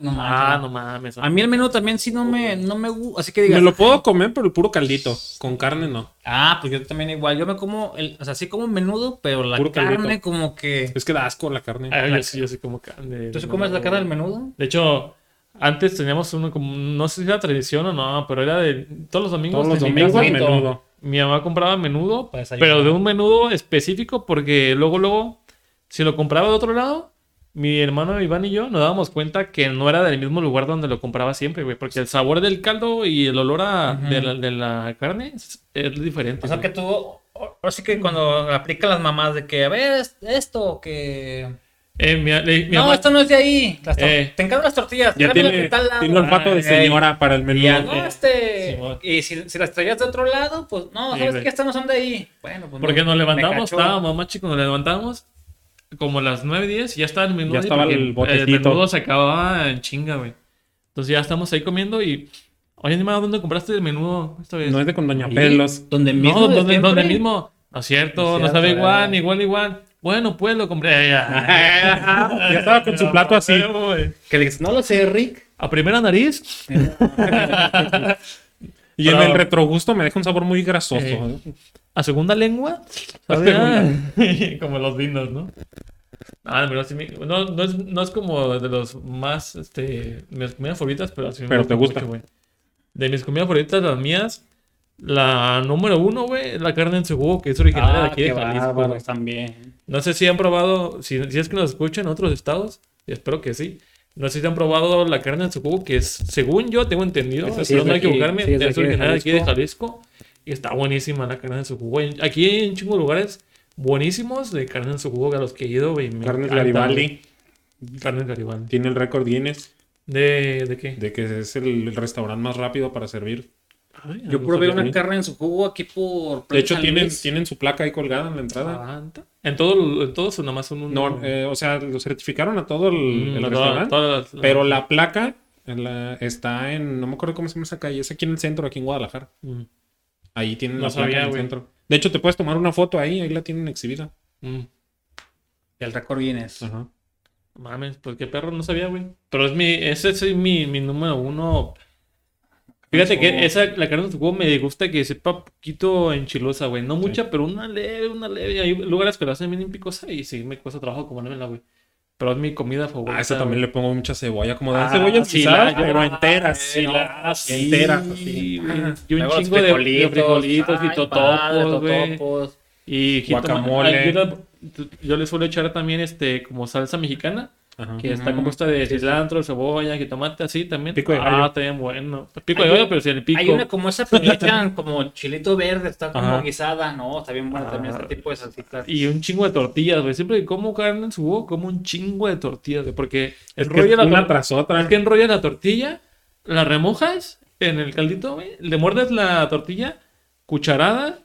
S3: No
S1: Ah,
S3: manches.
S1: no mames.
S3: A mí el menú también sí no me, no me gusta. Así que digas.
S2: Me lo puedo comer, pero el puro caldito. Con carne no.
S3: Ah, pues yo también igual. Yo me como, el, o sea, sí como menudo, pero la
S2: Puro
S3: carne
S2: caldito.
S3: como que.
S2: Es que da asco la carne.
S1: Ah, yo, sí, yo sí como carne.
S3: ¿Tú sí comes la carne del menudo?
S1: De hecho, antes teníamos uno como, no sé si era tradición o no, pero era de todos los domingos.
S2: Todos los
S1: en pues, mi
S2: domingos
S1: casa,
S2: al menudo.
S1: Mi mamá compraba menudo,
S3: Para desayunar.
S1: pero de un menudo específico, porque luego, luego, si lo compraba de otro lado, mi hermano Iván y yo nos dábamos cuenta que no era del mismo lugar donde lo compraba siempre, güey, porque el sabor del caldo y el olor a, de, la, de la carne es, es diferente.
S3: O sea
S1: güey.
S3: que tú, o- ahora sí que cuando aplican las mamás de que, a ver, es- esto, que...
S1: Eh, mi, le- mi
S3: no,
S1: mamá-
S3: esto no es de ahí. Las tor-
S1: Eh.
S3: Te encargo las tortillas.
S2: Ya
S3: tráemela
S2: tiene,
S3: de tal lado.
S2: tiene olfato de
S3: Ah,
S2: señora para el
S3: y-
S2: menú.
S3: Y, no, este,
S1: Simón.
S3: y si, si las traías de otro lado, pues no,
S1: Sí,
S3: sabes
S1: güey.
S3: que estas no son de ahí. Bueno, pues
S1: Porque nos
S3: me
S1: levantamos,
S3: cachó.
S1: estábamos más chicos, nos levantamos como a las 9, 10 y ya estaba el menudo.
S2: Ya
S1: ahí
S2: estaba
S1: porque
S2: el
S1: El
S2: botecito.
S1: menudo se acababa en chinga, güey. Entonces ya estamos ahí comiendo y. Oye, animado, ¿dónde compraste el menudo esta vez?
S2: No es de con Doña Pelos.
S3: Donde mismo.
S1: No,
S3: de
S1: donde,
S3: siempre.
S1: donde mismo. No es cierto,
S3: No es
S1: no sabe
S3: cierto,
S1: igual,
S3: eh.
S1: igual, igual. Bueno, pues lo compré. Ya,
S2: Ya estaba con su plato así.
S3: Que le dices, no lo sé, Rick.
S1: A primera nariz.
S2: Y en
S1: Pero-
S2: el retrogusto me deja un sabor muy grasoso.
S1: Eh.
S2: ¿eh?
S1: A segunda lengua. ¿sabe? Ah, como los vinos, ¿no? Ah, pero sí me- no, no, es, no es como de los más, este, mis comidas favoritas, pero sí me
S2: Pero te gusta.
S1: güey. de mis comidas favoritas, las mías, la número uno, güey, es la carne en su jugo, que es originaria
S3: Ah,
S2: Ah,
S1: de aquí de Jalisco. güey.
S3: también.
S1: No sé si han probado, si, si es que nos escuchan en otros estados, y espero que sí. No sé si han probado la carne en su jugo, que es, según yo tengo entendido,
S3: Esa sí
S1: espero
S3: es de
S1: no
S3: aquí,
S1: equivocarme,
S3: sí es de
S1: es
S3: aquí de
S1: originaria de aquí de Jalisco. Y está buenísima la carne en su jugo. En- Aquí hay un chingo de lugares buenísimos de carne en su jugo a los que he ido, güey. me
S2: Carnes
S1: encanta,
S2: Garibaldi
S1: güey. Carnes Garibaldi.
S2: tiene el récord Guinness
S1: ¿De, de qué?
S2: de que es el, el restaurante más rápido para servir.
S1: Ay,
S3: Yo
S1: no
S3: probé
S1: sabía.
S3: una carne en su jugo aquí por.
S2: De hecho,
S3: Pues, San
S2: tienen,
S3: Luis.
S2: tienen su placa ahí colgada en la entrada.
S1: Ah, anta. En todo, en todos o nada más son un...
S2: No, eh, o sea, lo certificaron a todo el,
S1: Mm,
S2: el
S1: toda-
S2: restaurante.
S1: todas las-
S2: Pero la placa en la- está en, no me acuerdo cómo se llama esa calle, es aquí en el centro, aquí en Guadalajara.
S1: Mm,
S2: Ahí tienen
S1: No
S2: la placa
S1: sabía,
S2: en el
S1: güey.
S2: centro. De hecho, te puedes tomar una foto ahí, ahí la tienen exhibida.
S1: mm.
S3: El récord Guinness.
S2: Ajá.
S1: Mames, pues qué perro, no sabía, güey. Pero es mi, ese es mi, mi número uno. Fíjate que esa, la carne de tu juego me gusta que sepa poquito enchilosa, güey. No mucha, pero una leve, una leve. Hay lugares que la hacen bien en picosa y sí me cuesta trabajo comérmela, güey. Pero es mi comida favorita.
S2: Ah, esa también le pongo mucha cebolla, como dan
S3: Ah,
S2: cebollas
S1: sí,
S2: pisadas,
S1: la- yo-
S2: pero enteras.
S1: sí, la- sí.
S2: enteras.
S1: güey.
S2: así.
S1: Sí, güey. Y un
S3: Luego los
S1: chingo de- de frijolitos,
S3: ay,
S1: y
S3: padre,
S1: totopos, güey.
S3: totopos.
S1: Y jitoma-
S2: Guacamole.
S1: Ay, Yo, la- yo le suelo echar también este como salsa mexicana.
S2: Ajá.
S1: Que está
S3: Ujú.
S1: compuesta de
S3: Sí, sí.
S1: cilantro, cebolla, que tomate así también.
S2: Pico de
S1: Ah,
S2: gallo.
S1: está bien bueno. Pico
S3: Hay
S1: de gallo,
S3: un-
S1: pero sin el pico.
S3: Hay una como esa, pero le echan como chilito verde, está como
S2: Ajá.
S3: guisada, no, está bien buena también
S1: Ah.
S3: este tipo de salsitas.
S1: Y un chingo de tortillas, güey. Siempre que como carne en su huevo, como un chingo de tortillas, güey. Porque
S2: Es que
S1: enrolla la
S2: una
S1: tor-
S2: tras otra.
S1: es que enrolla la tortilla, la remojas en el caldito, güey. Le muerdes la tortilla, cucharada.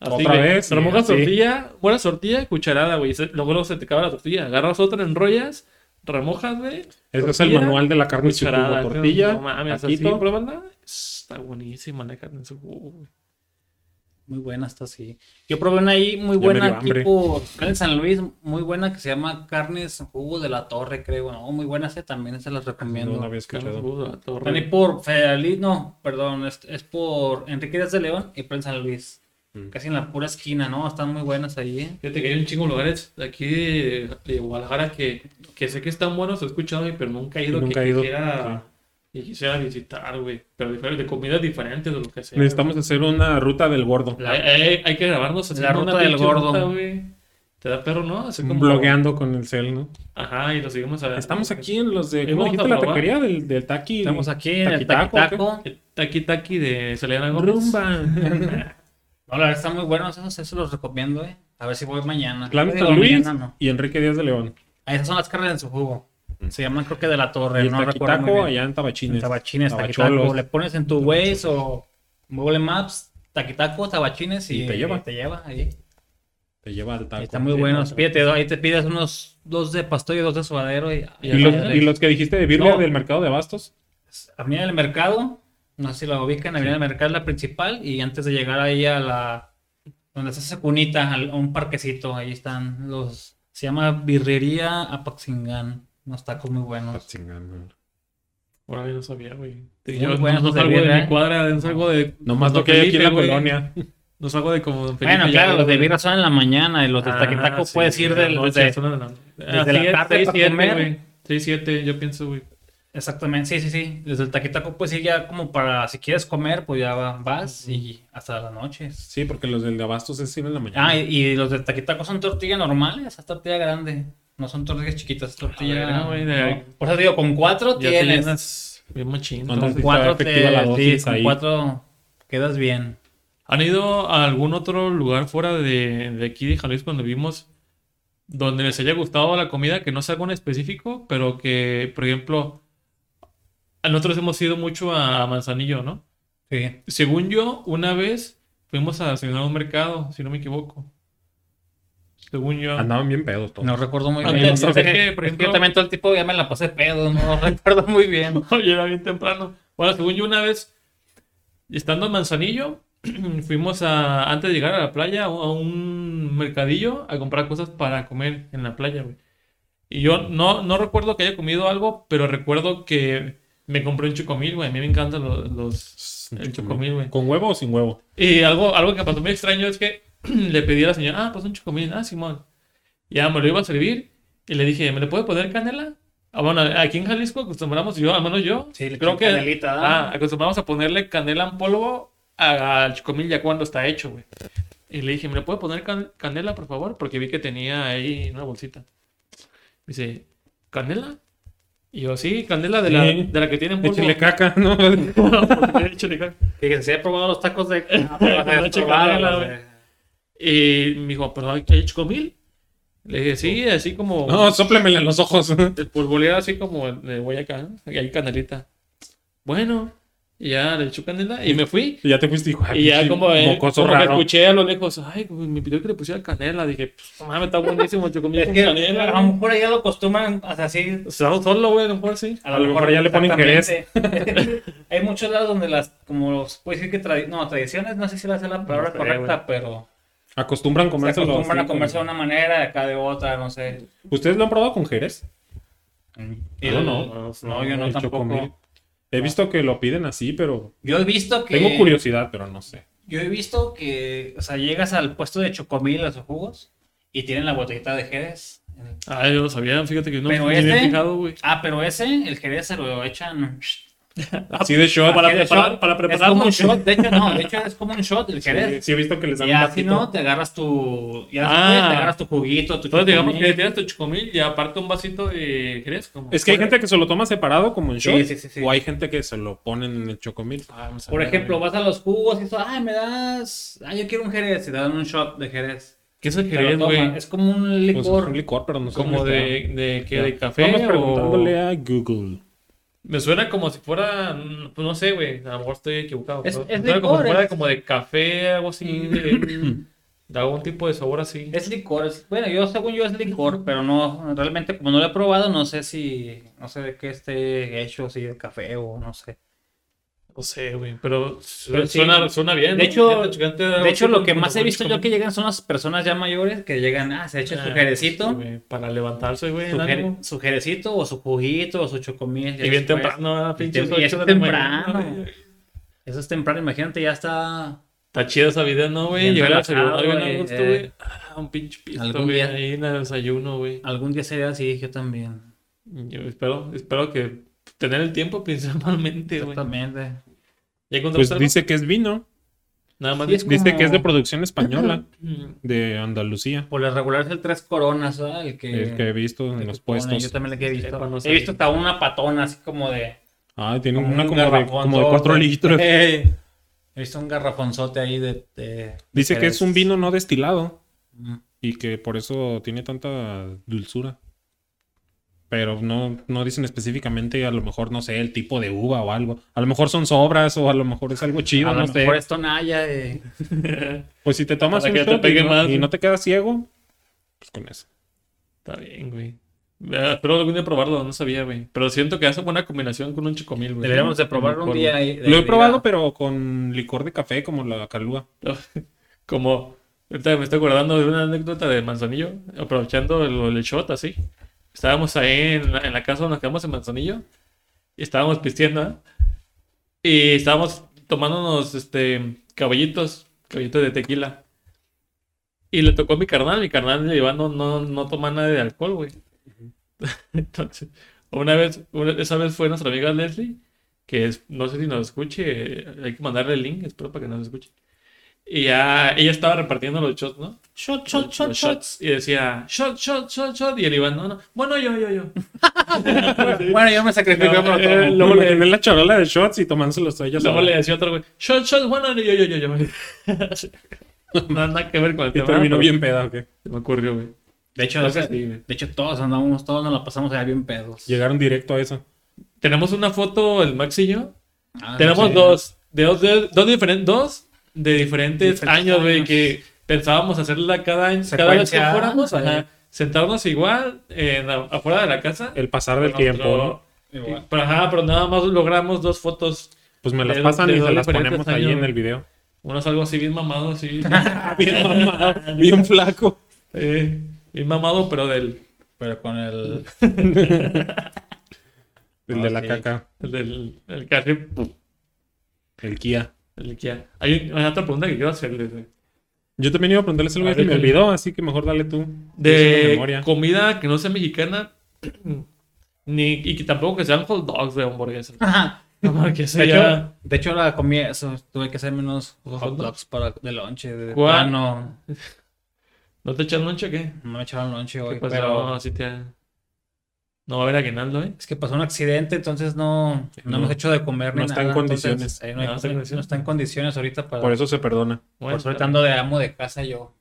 S1: Así,
S2: Otra
S1: güey.
S2: vez, sí,
S1: Remojas
S2: así.
S1: tortilla, mueres tortilla, cucharada, güey. Se- Luego luego se te acaba la tortilla. Agarras otra, enrollas, remojas, güey.
S2: Ese es el
S1: tortilla,
S2: manual de la carne
S1: Pues
S2: en su jugo.
S1: cucharada.
S2: Tortilla,
S1: No mames, así,
S2: taquito.
S1: pruébala. Está buenísima la carne en su jugo, güey.
S3: Muy buena está así. Yo probé una ahí muy
S2: Ya me dio
S3: buena aquí
S2: hambre.
S3: por acá en San Luis, muy buena que se llama Carnes Jugo de la Torre, creo, no, muy buena esa también, se las
S2: No la había
S3: recomiendo.
S1: Carne en su
S2: escuchado.
S1: jugo de la torre.
S3: Están ahí por Federalí, no, perdón, es, es por Enrique Díaz de León y por en San Luis.
S2: Mm.
S3: Casi en la pura esquina, ¿no? Están muy buenas ahí, ¿eh?
S1: Fíjate que hay un chingo de lugares de aquí de, de Guadalajara que, que sé que están buenos, he escuchado, güey, pero nunca he ido.
S2: Nunca
S1: que
S2: he ido,
S1: Quisiera, que quisiera visitar, güey. Pero de, de comidas diferentes o lo que sea.
S2: Necesitamos hacer una ruta del gordo.
S1: güey. Hay, hay- hay que grabarnos.
S3: La
S1: haciendo
S3: ruta
S1: una
S3: del
S1: pinche
S3: gordo.
S1: ruta, güey. Te da perro, ¿no? Así como-
S2: Blogueando con el cel, ¿no?
S1: Ajá, y lo seguimos a
S2: Estamos aquí en los de.
S1: Eh,
S2: ¿Cómo
S1: vamos a
S2: dijiste la
S1: probar.
S2: taquería del, del taqui?
S3: Estamos aquí en el
S2: Taquitaco,
S3: Taquitaco.
S1: El Taqui Taqui de Selena
S2: ¿qué?
S1: Gómez.
S2: Rumba.
S3: No, la verdad están muy buenos esos, esos los recomiendo, eh. A ver si voy mañana.
S2: Plan
S3: Digo,
S2: San Luis
S3: mañana no.
S2: y Enrique Díaz de León.
S3: Ah, Esas son las carnes en su jugo. Se llaman creo que de la
S2: Mm. Y
S3: torre,
S2: el
S3: no recuerdo muy
S2: taquitaco
S3: bien.
S2: allá en Tabachines.
S3: Tabachines,
S2: Tabacholos.
S3: taquitaco. Le pones en tu Waze o Google Maps, taquitaco, tabachines y,
S2: Y te lleva.
S3: y te lleva ahí.
S2: Te lleva al taco.
S3: Está muy buenos. Pídete, dos- ahí te pides unos dos de pastor y dos de suadero. Y,
S2: ¿Y,
S1: Ya
S2: los,
S1: sabes.
S2: y los que dijiste de Birria
S3: No.
S2: del mercado de Abastos?
S3: Avenida del Mercado, no sé si la ubican, Avenida del Mercado es la principal y antes de llegar ahí a la... donde está esa cunita, al- a un parquecito, ahí están los... Se llama Birrería Apaxingán. Unos tacos muy buenos.
S2: Chingando.
S1: Órale, no sabía, güey. Te-
S3: Muy
S1: Yo no,
S3: buenos
S1: no
S3: los de
S1: salgo de
S3: Viera,
S1: mi
S3: ¿eh?
S1: cuadra, no salgo de.
S2: Nomás
S1: Don
S2: lo que hay aquí en la
S1: Felipe, güey.
S2: colonia.
S1: No salgo de como Don Felipe ya,
S3: Bueno, claro, los de
S1: güey.
S3: birra son en la mañana y los de
S1: Ah,
S3: taquitaco
S1: sí,
S3: puedes ir
S1: de
S3: del,
S1: la noche,
S3: desde-
S1: son de la-
S3: desde la
S1: Así es,
S3: tarde
S1: seis,
S3: para
S1: siete,
S3: comer.
S1: güey. Seis, siete, yo pienso, güey.
S3: Exactamente, sí, sí, sí. Desde el taquitaco puedes ir ya como para, si quieres comer, pues ya va- vas y hasta las noches.
S2: Sí, porque los del Abastos es siempre en la mañana.
S3: Ah, y, y los de taquitaco son tortillas normales, es tortilla grande. No son tortillas chiquitas, es tortilla.
S1: verga, Ah, güey, de-
S3: no. Por eso digo, con cuatro
S1: Ya te
S3: tienes.
S1: llenas bien machín.
S2: Con
S3: Con
S1: entonces.
S2: Entonces,
S3: cuatro
S2: está efectiva
S3: te,
S2: la dosis
S3: sí, con
S2: ahí.
S3: cuatro quedas bien.
S1: ¿Han ido a algún otro lugar fuera de, de aquí de Jalisco donde vimos donde les haya gustado la comida, que no sea algo en específico, pero que, por ejemplo, a nosotros hemos ido mucho a Manzanillo, ¿no?
S3: Sí.
S1: Según yo, una vez fuimos a cenar a un mercado, si no me equivoco. Según yo.
S2: Andaban bien pedos todos.
S3: No recuerdo muy
S1: Ah,
S3: bien.
S1: no
S3: Es
S1: sabes
S3: que-
S1: que, por
S3: es que
S1: ejemplo-
S3: yo también todo el tipo ya me la pasé pedo, no recuerdo muy bien.
S1: Oye, era bien temprano. Bueno, según yo, una vez, estando en Manzanillo, fuimos a, antes de llegar a la playa, a un mercadillo a comprar cosas para comer en la playa, güey. Y yo no, no recuerdo que haya comido algo, pero recuerdo que me compré un chocomil, güey. A mí me encantan lo- los... El chocomil, güey.
S2: ¿Con huevo o sin huevo?
S1: Y algo, algo que pasó muy extraño es que le pedí a la señora, ah, pues un chocomil, ah, Simón. Ya me lo iba a servir y le dije, ¿me le puede poner canela? Ah, bueno, aquí en Jalisco acostumbramos, yo, al menos yo,
S3: Sí, le
S1: creo
S3: echan
S1: que
S3: canelita, ¿ah?
S1: ah, acostumbramos a ponerle canela en polvo a- al chocomil ya cuando está hecho, güey. Y le dije, ¿me le puede poner can- canela, por favor? Porque vi que tenía ahí una bolsita. Me dice, ¿canela? Y yo, sí, canela de, la,
S2: Sí.
S1: de la que tiene en polvo.
S2: Échale caca, ¿no?
S1: Porque échale caca.
S3: Fíjense, si he probado los tacos de.
S1: No, chicharrón, güey. Y me dijo, "Pues, ¿pero hay hay chocomil? Le dije, sí, así como.
S2: Oh. No, sóplemele en los ojos.
S1: El polvolear así como el de Guayacán. Y hay canelita. Bueno, y ya le echó canela y me fui.
S2: Y ya te fuiste, hijo. de
S1: Y ya
S2: pinche
S1: como, eh,
S2: Mocoso
S1: como que
S2: raro.
S1: escuché a lo lejos, ay, güey, me pidió que le pusiera canela. Dije, "Pues, no mames, está buenísimo el chocomil
S3: Es
S1: con
S3: que
S1: canela.
S3: a lo mejor ya lo acostumbran o sea, así.
S1: O sea, solo, güey, a lo mejor sí.
S2: A lo mejor ya le ponen
S3: exactamente. Hay muchos lados donde las, como los, puedes decir que tradi- no, tradiciones, no sé si va a ser la palabra
S1: sé,
S3: correcta, pero
S2: Acostumbran
S3: se
S2: comerse
S3: acostumbran a comerse de una manera, de acá de otra, no sé.
S2: ¿Ustedes lo han probado con jerez?
S3: Y
S2: Yo
S3: el-
S2: no.
S3: No, yo no
S2: El
S3: tampoco.
S2: chocomil. He visto que lo piden así, pero
S3: Yo he visto que.
S2: tengo curiosidad, pero no sé.
S3: Yo he visto que, o sea, llegas al puesto de chocomil, a los jugos, y tienen la botellita de Jerez.
S1: Ah, yo lo sabía, fíjate que no
S3: Pero
S1: me había
S3: este-
S1: fijado, güey.
S3: Ah, pero ese, el Jerez se lo echan.
S1: Ah,
S2: Sí, de shot.
S1: Para
S3: ¿Qué de
S1: preparar-
S3: shot?
S1: para
S3: Es
S1: prepararlo.
S3: como un shot, de hecho, no, de hecho es como un shot el
S2: Sí,
S3: Jerez.
S2: sí he visto que les dan
S3: y
S2: un
S3: así
S2: vasito.
S3: no, te agarras tu. Ya
S1: Ah.
S3: después te agarras tu juguito, tu
S1: Entonces, digamos
S3: chocomil.
S1: que tienes tu chocomil y aparte un vasito de jerez. Como...
S2: Es que hay gente que se lo toma separado como en
S3: Sí,
S2: shot.
S3: sí, sí, sí.
S2: O hay gente que se lo ponen en el chocomil.
S1: Ah, no sabía,
S3: Por ejemplo,
S1: güey.
S3: vas a los jugos y eso, ay, me das. Ay, yo quiero un Jerez, y te dan un shot de Jerez.
S1: ¿Qué es el
S3: Te lo
S1: jerez,
S3: toman,
S1: güey?
S3: Es como un
S2: Pues,
S3: licor.
S2: un licor, pero no sé
S1: Como
S2: cómo está.
S1: de, de, ¿qué? de café.
S2: Vamos
S1: o-
S2: preguntándole a Google.
S1: Me suena como si fuera, mm, pues no sé, güey, a lo mejor estoy equivocado.
S3: Es-
S1: pero
S3: es
S1: me suena como si
S3: licor,
S1: fuera
S3: es- Mm.
S1: como de café, algo así, de, de algún tipo de sabor así.
S3: Es licor, es- bueno, yo según yo es licor, pero no, realmente como no lo he probado, no sé si, no sé de qué esté hecho, si de café o no sé.
S1: No sé, güey, pero, su-
S3: Pero sí.
S1: suena, suena bien.
S3: De
S1: ¿no?
S3: hecho-
S1: Fíjate, checante, algo
S3: De hecho,
S1: así
S3: lo
S1: como-
S3: que
S1: como
S3: más he
S1: con
S3: visto yo
S1: chocomil.
S3: que llegan son las personas ya mayores que llegan, ah, se echa su
S1: Ah,
S3: jerecito,
S1: sí, güey, para levantarse, güey,
S3: su,
S1: el
S3: jere-
S1: ánimo.
S3: su jerecito o su juguito o su chocomil. ya
S1: Y bien
S3: después.
S1: temprano, ah,
S3: Y
S1: pinches
S3: tem- y
S1: ocho
S3: es
S1: de la mañana,
S3: temprano.
S1: güey.
S3: Eso es temprano, imagínate, ya está
S1: Está chida esa vida, ¿no, güey?
S3: Bien
S1: Llegar al
S3: relajado,
S1: desayuno, bien a
S3: güey,
S1: gusto,
S3: eh.
S1: güey. Ah, un pinche pisto,
S3: Algún
S1: güey,
S3: día.
S1: ahí en el desayuno, güey.
S3: algún día sería así, yo también.
S1: Yo espero, espero que tener el tiempo principalmente, güey.
S3: Exactamente.
S1: ¿Ya encontraste
S2: Pues
S1: algo?
S2: dice que es vino.
S1: Nada más
S3: Sí, es
S1: dice-
S2: Dice
S3: Como-
S2: que es de producción española
S1: Mm,
S2: de Andalucía.
S3: Por lo regular es el tres coronas, ¿verdad? El que,
S2: El que he visto en
S3: el
S2: los
S3: que ponen, Yo
S2: puestos.
S3: también el que he visto.
S1: Sepa, no
S3: he
S1: sabía.
S3: visto hasta una patona así como de
S2: Ah, tiene
S3: Como
S2: una
S3: un
S2: como de,
S3: garrafón
S2: como de
S3: todo,
S2: 4
S3: güey.
S2: litros.
S3: Ey. He visto un garrafonzote ahí de. de-
S2: Dice
S3: de
S2: que es un vino no destilado
S3: Mm.
S2: y que por eso tiene tanta dulzura. Pero no, no dicen específicamente, a lo mejor, no sé, el tipo de uva o algo. A lo mejor son sobras o a lo mejor es algo chido,
S3: A
S2: no
S3: lo
S2: sé.
S3: mejor es tonalla. eh.
S2: Pues si te tomas
S1: Para
S2: un
S1: que te
S2: shot
S1: pegue
S2: y, no,
S1: más,
S2: y
S1: ¿no?
S2: no te quedas ciego, pues con eso.
S1: Está bien, güey. Eh, Espero algún día probarlo, no sabía, güey. Pero siento que hace buena combinación con un chocomil, güey.
S3: Deberíamos de probarlo un
S1: Con-
S3: día. y- de-
S2: Lo he
S3: de-
S2: probado, pero con licor de café como la calúa.
S1: Como, ahorita me estoy acordando de una anécdota de Manzanillo, aprovechando el, el shot así. Estábamos ahí en la, en la casa donde nos quedamos en Manzanillo y estábamos pisteando, ¿eh? Y estábamos tomándonos este caballitos, caballitos de tequila. Y le tocó a mi carnal, mi carnal le llevando no, no toma nada de alcohol, güey. Entonces, una vez, una- esa vez fue nuestra amiga Leslie, que es, no sé si nos escuche, eh, hay que mandarle el link, espero para que nos escuche. Y ya ella estaba repartiendo los shots, ¿no? Shot, shot, shot, shots. Y decía, shot, shot, shot, shot. Y el Iván, no, no. Bueno, yo, yo, yo.
S3: Bueno, yo me sacrifico.
S1: No,
S3: pero
S2: Eh, luego le ven la charola de shots y tomándoselos a ella.
S1: Luego
S2: sola.
S1: le decía otro güey, shot, shot, bueno, yo, yo, yo, yo. Nada, nada que ver con el
S2: Y
S1: tema.
S2: Este terminó
S1: pero
S2: bien peda, ok.
S1: Se me ocurrió, güey.
S3: De hecho,
S1: Creo
S3: o sea,
S1: que sí, güey.
S3: de hecho, todos andamos, todos nos la pasamos allá bien pedos.
S2: Llegaron directo a eso.
S1: Tenemos una foto, el Max y yo.
S3: Ah,
S1: Tenemos
S3: no sé.
S1: dos, de dos, de- dos, diferen- dos de diferentes
S3: Diferentes
S1: años, güey,
S3: años.
S1: que pensábamos hacerla cada año, cada vez que
S3: Secuencia,
S1: fuéramos,
S3: sí.
S1: ajá, sentarnos igual en, la- afuera de la casa.
S2: El pasar del
S1: Con
S2: tiempo,
S1: nuestro-
S2: ¿no?
S3: Igual.
S1: y- pero, ajá, pero nada más logramos dos fotos,
S2: Pues me las
S1: De-
S2: pasan
S1: de
S2: y
S1: dos
S2: se las
S1: diferentes
S2: ponemos
S1: años,
S2: ahí en
S1: güey.
S2: el video.
S1: unas algo así bien mamado, así,
S2: Bien mamado, bien flaco.
S1: eh, bien mamado, pero del,
S3: Pero con el.
S2: El de la
S3: Ok.
S2: caca,
S1: del, del carril,
S2: el Kia.
S1: del Kia. Hay una otra pregunta que quiero hacerles, güey.
S2: Yo también iba a preguntarles algo
S1: A
S2: ya que
S1: ver,
S2: me
S1: dale.
S2: olvidó, así que mejor dale tú. Es una
S1: de
S2: memoria.
S1: comida que no sea mexicana ni y que tampoco que sean hot dogs de hamburguesa
S3: Ajá.
S1: no porque eso
S3: De
S1: ya
S3: hecho, de hecho, la comida, eso, tuve que hacerme unos
S1: ¿Hot
S3: hot
S1: dogs?
S3: dogs para de lonche. De
S1: ¿Cuál?
S3: plano.
S1: no te echan lonche o qué
S3: No me echaron lonche
S1: ¿Qué
S3: hoy,
S1: pasó?
S3: pero
S1: no sí te no va a haber aguinaldo eh
S3: es que pasó un accidente, entonces no, no,
S2: No.
S3: hemos hecho de comer ni
S2: No está en
S3: nada, entonces,
S2: condiciones.
S3: ahí no, hay-
S1: No está en
S3: no
S1: condiciones.
S3: está en condiciones ahorita para.
S2: Por eso se perdona.
S1: bueno,
S3: por eso ando de amo de casa yo.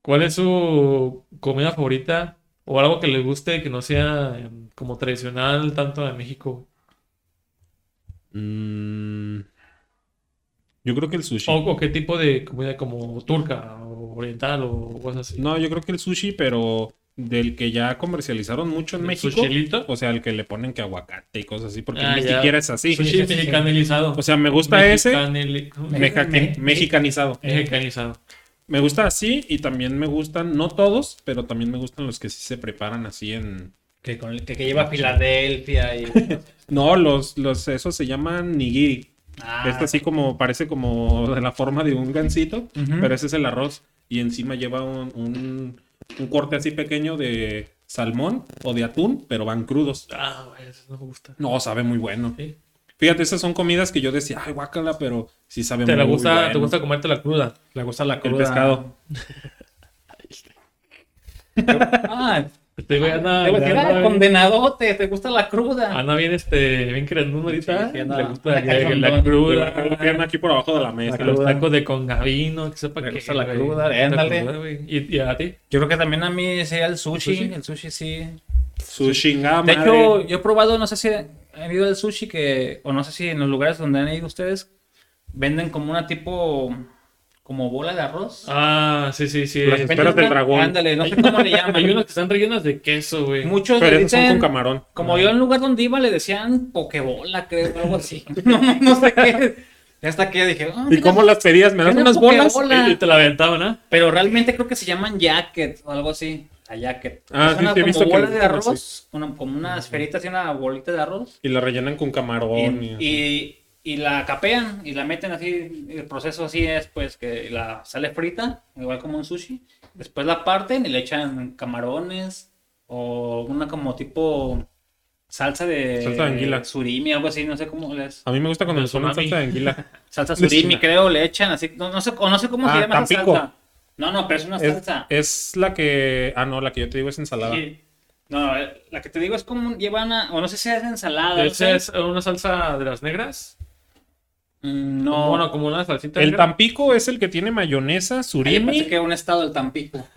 S1: cuál es su comida favorita o algo que les guste que no sea eh, como tradicional tanto de México
S2: Mm. Yo creo que el sushi.
S1: o, o qué tipo de comida como turca o oriental o cosas así
S2: No, yo creo que el sushi, pero del que ya comercializaron mucho en
S1: ¿El
S2: México.
S1: sushilito?
S2: O sea, el que le ponen que aguacate y cosas así, porque
S1: Ah,
S2: ni
S1: ya.
S2: siquiera es así.
S1: sushi
S3: sí, sí.
S1: mexicanizado
S2: O sea, me gusta ese
S1: Mexicanili-
S2: meja-
S3: Me-
S2: mexicanizado.
S1: mexicanizado
S2: Me gusta así y también me gustan, no todos, pero también me gustan los que sí se preparan así en...
S3: Que, con el, que, que lleva a Filadelfia y.
S2: No, los, los, esos se llaman nigiri.
S3: Ah,
S2: Este así como, parece como de la forma de un gansito,
S3: Ujú.
S2: pero ese es el arroz. Y encima lleva un, un, un corte así pequeño de salmón o de atún, pero van crudos.
S1: ah güey, eso no me gusta
S2: No, sabe muy bueno.
S1: Sí.
S2: Fíjate, esas son comidas que yo decía, ay, guácala, pero sí sabe
S1: ¿Te,
S2: muy
S1: la gusta,
S2: bueno.
S1: ¿Te gusta comértela cruda?
S3: Le gusta la
S2: el
S3: cruda.
S2: pescado.
S3: Ah,
S1: Este güey anda,
S3: te voy a decir,
S1: anda-
S3: ah, condenadote, te gusta la cruda.
S1: anda bien, este, bien creando ahorita.
S3: Sí, sí, anda-
S1: le gusta
S3: anda
S1: la, la
S3: cachondón.
S1: cruda,
S2: La pierna aquí por abajo de la
S1: los
S2: mesa.
S3: cruda.
S1: tacos de congavino, que sepa
S3: Le
S1: qué,
S3: gusta la
S1: güey.
S3: cruda,
S1: Le gusta la
S3: ándale.
S1: cruda, güey. ¿Y, y a ti?
S3: Yo creo que también a mí sería el sushi.
S1: ¿Sushi?
S3: El sushi sí.
S2: Su chingada
S3: De
S2: Ah, madre.
S3: hecho, yo he probado, no sé si han ido al sushi que, o no sé si en los lugares donde han ido ustedes, venden como una tipo, como bola de arroz.
S1: Ah, sí, sí, sí.
S2: Las
S1: Hay-
S2: esferas
S3: Venden
S2: del
S3: una-
S2: dragón.
S3: Ándale, no sé cómo le
S1: Hay
S3: llaman.
S1: unas que están rellenas de queso, güey.
S3: Muchos
S2: Pero
S3: le
S2: esos son
S3: dicen-
S2: con camarón.
S3: Como yo en el lugar donde iba le decían pokebola, creo, algo así. No, no, no sé qué. Y Hasta que yo dije, ah,
S2: ¿Y
S3: mira,
S2: cómo las pedías? ¿Me das
S3: Tiene
S2: unas bolas?
S3: pokebola.
S1: Y, y te la aventaban, ¿ah?
S3: Pero realmente creo que se llaman jacket o algo así. La jacket.
S2: Ah,
S3: Es
S2: sí,
S3: una
S2: sí, he visto que
S3: como bola
S2: le
S3: de
S2: dicen
S3: arroz, una- como una esferita así, una bolita de arroz.
S2: Y la rellenan con camarón.
S3: Y,
S2: y-
S3: y- y la capean y la meten así. El proceso así es pues que la sale frita, igual como un sushi. Después la parten y le echan camarones o una como tipo salsa de,
S2: Salsa de anguila.
S3: surimi, algo así, no sé cómo les.
S2: A mí me gusta cuando
S1: El
S2: le ponen
S1: salami.
S2: salsa de anguila.
S3: Salsa surimi,
S2: China.
S3: creo, le echan así. No, no sé, o no sé cómo
S2: Ah,
S3: se llama esa
S2: Tampico.
S3: salsa. No, no, pero es una
S2: Es,
S3: salsa.
S2: es la que... Ah, no, la que yo te digo es ensalada.
S3: Sí. No, eh, la que te digo es como lleva una, o no sé si es ensalada. no
S1: Esa
S3: sé.
S1: es una salsa de las negras.
S3: Mm,
S1: No.
S3: No,
S1: Bueno, como una salsita.
S2: El
S1: negra.
S2: Tampico es el que tiene mayonesa,
S3: Ah, yo pensé
S2: surimi.
S3: que era un estado del Tampico.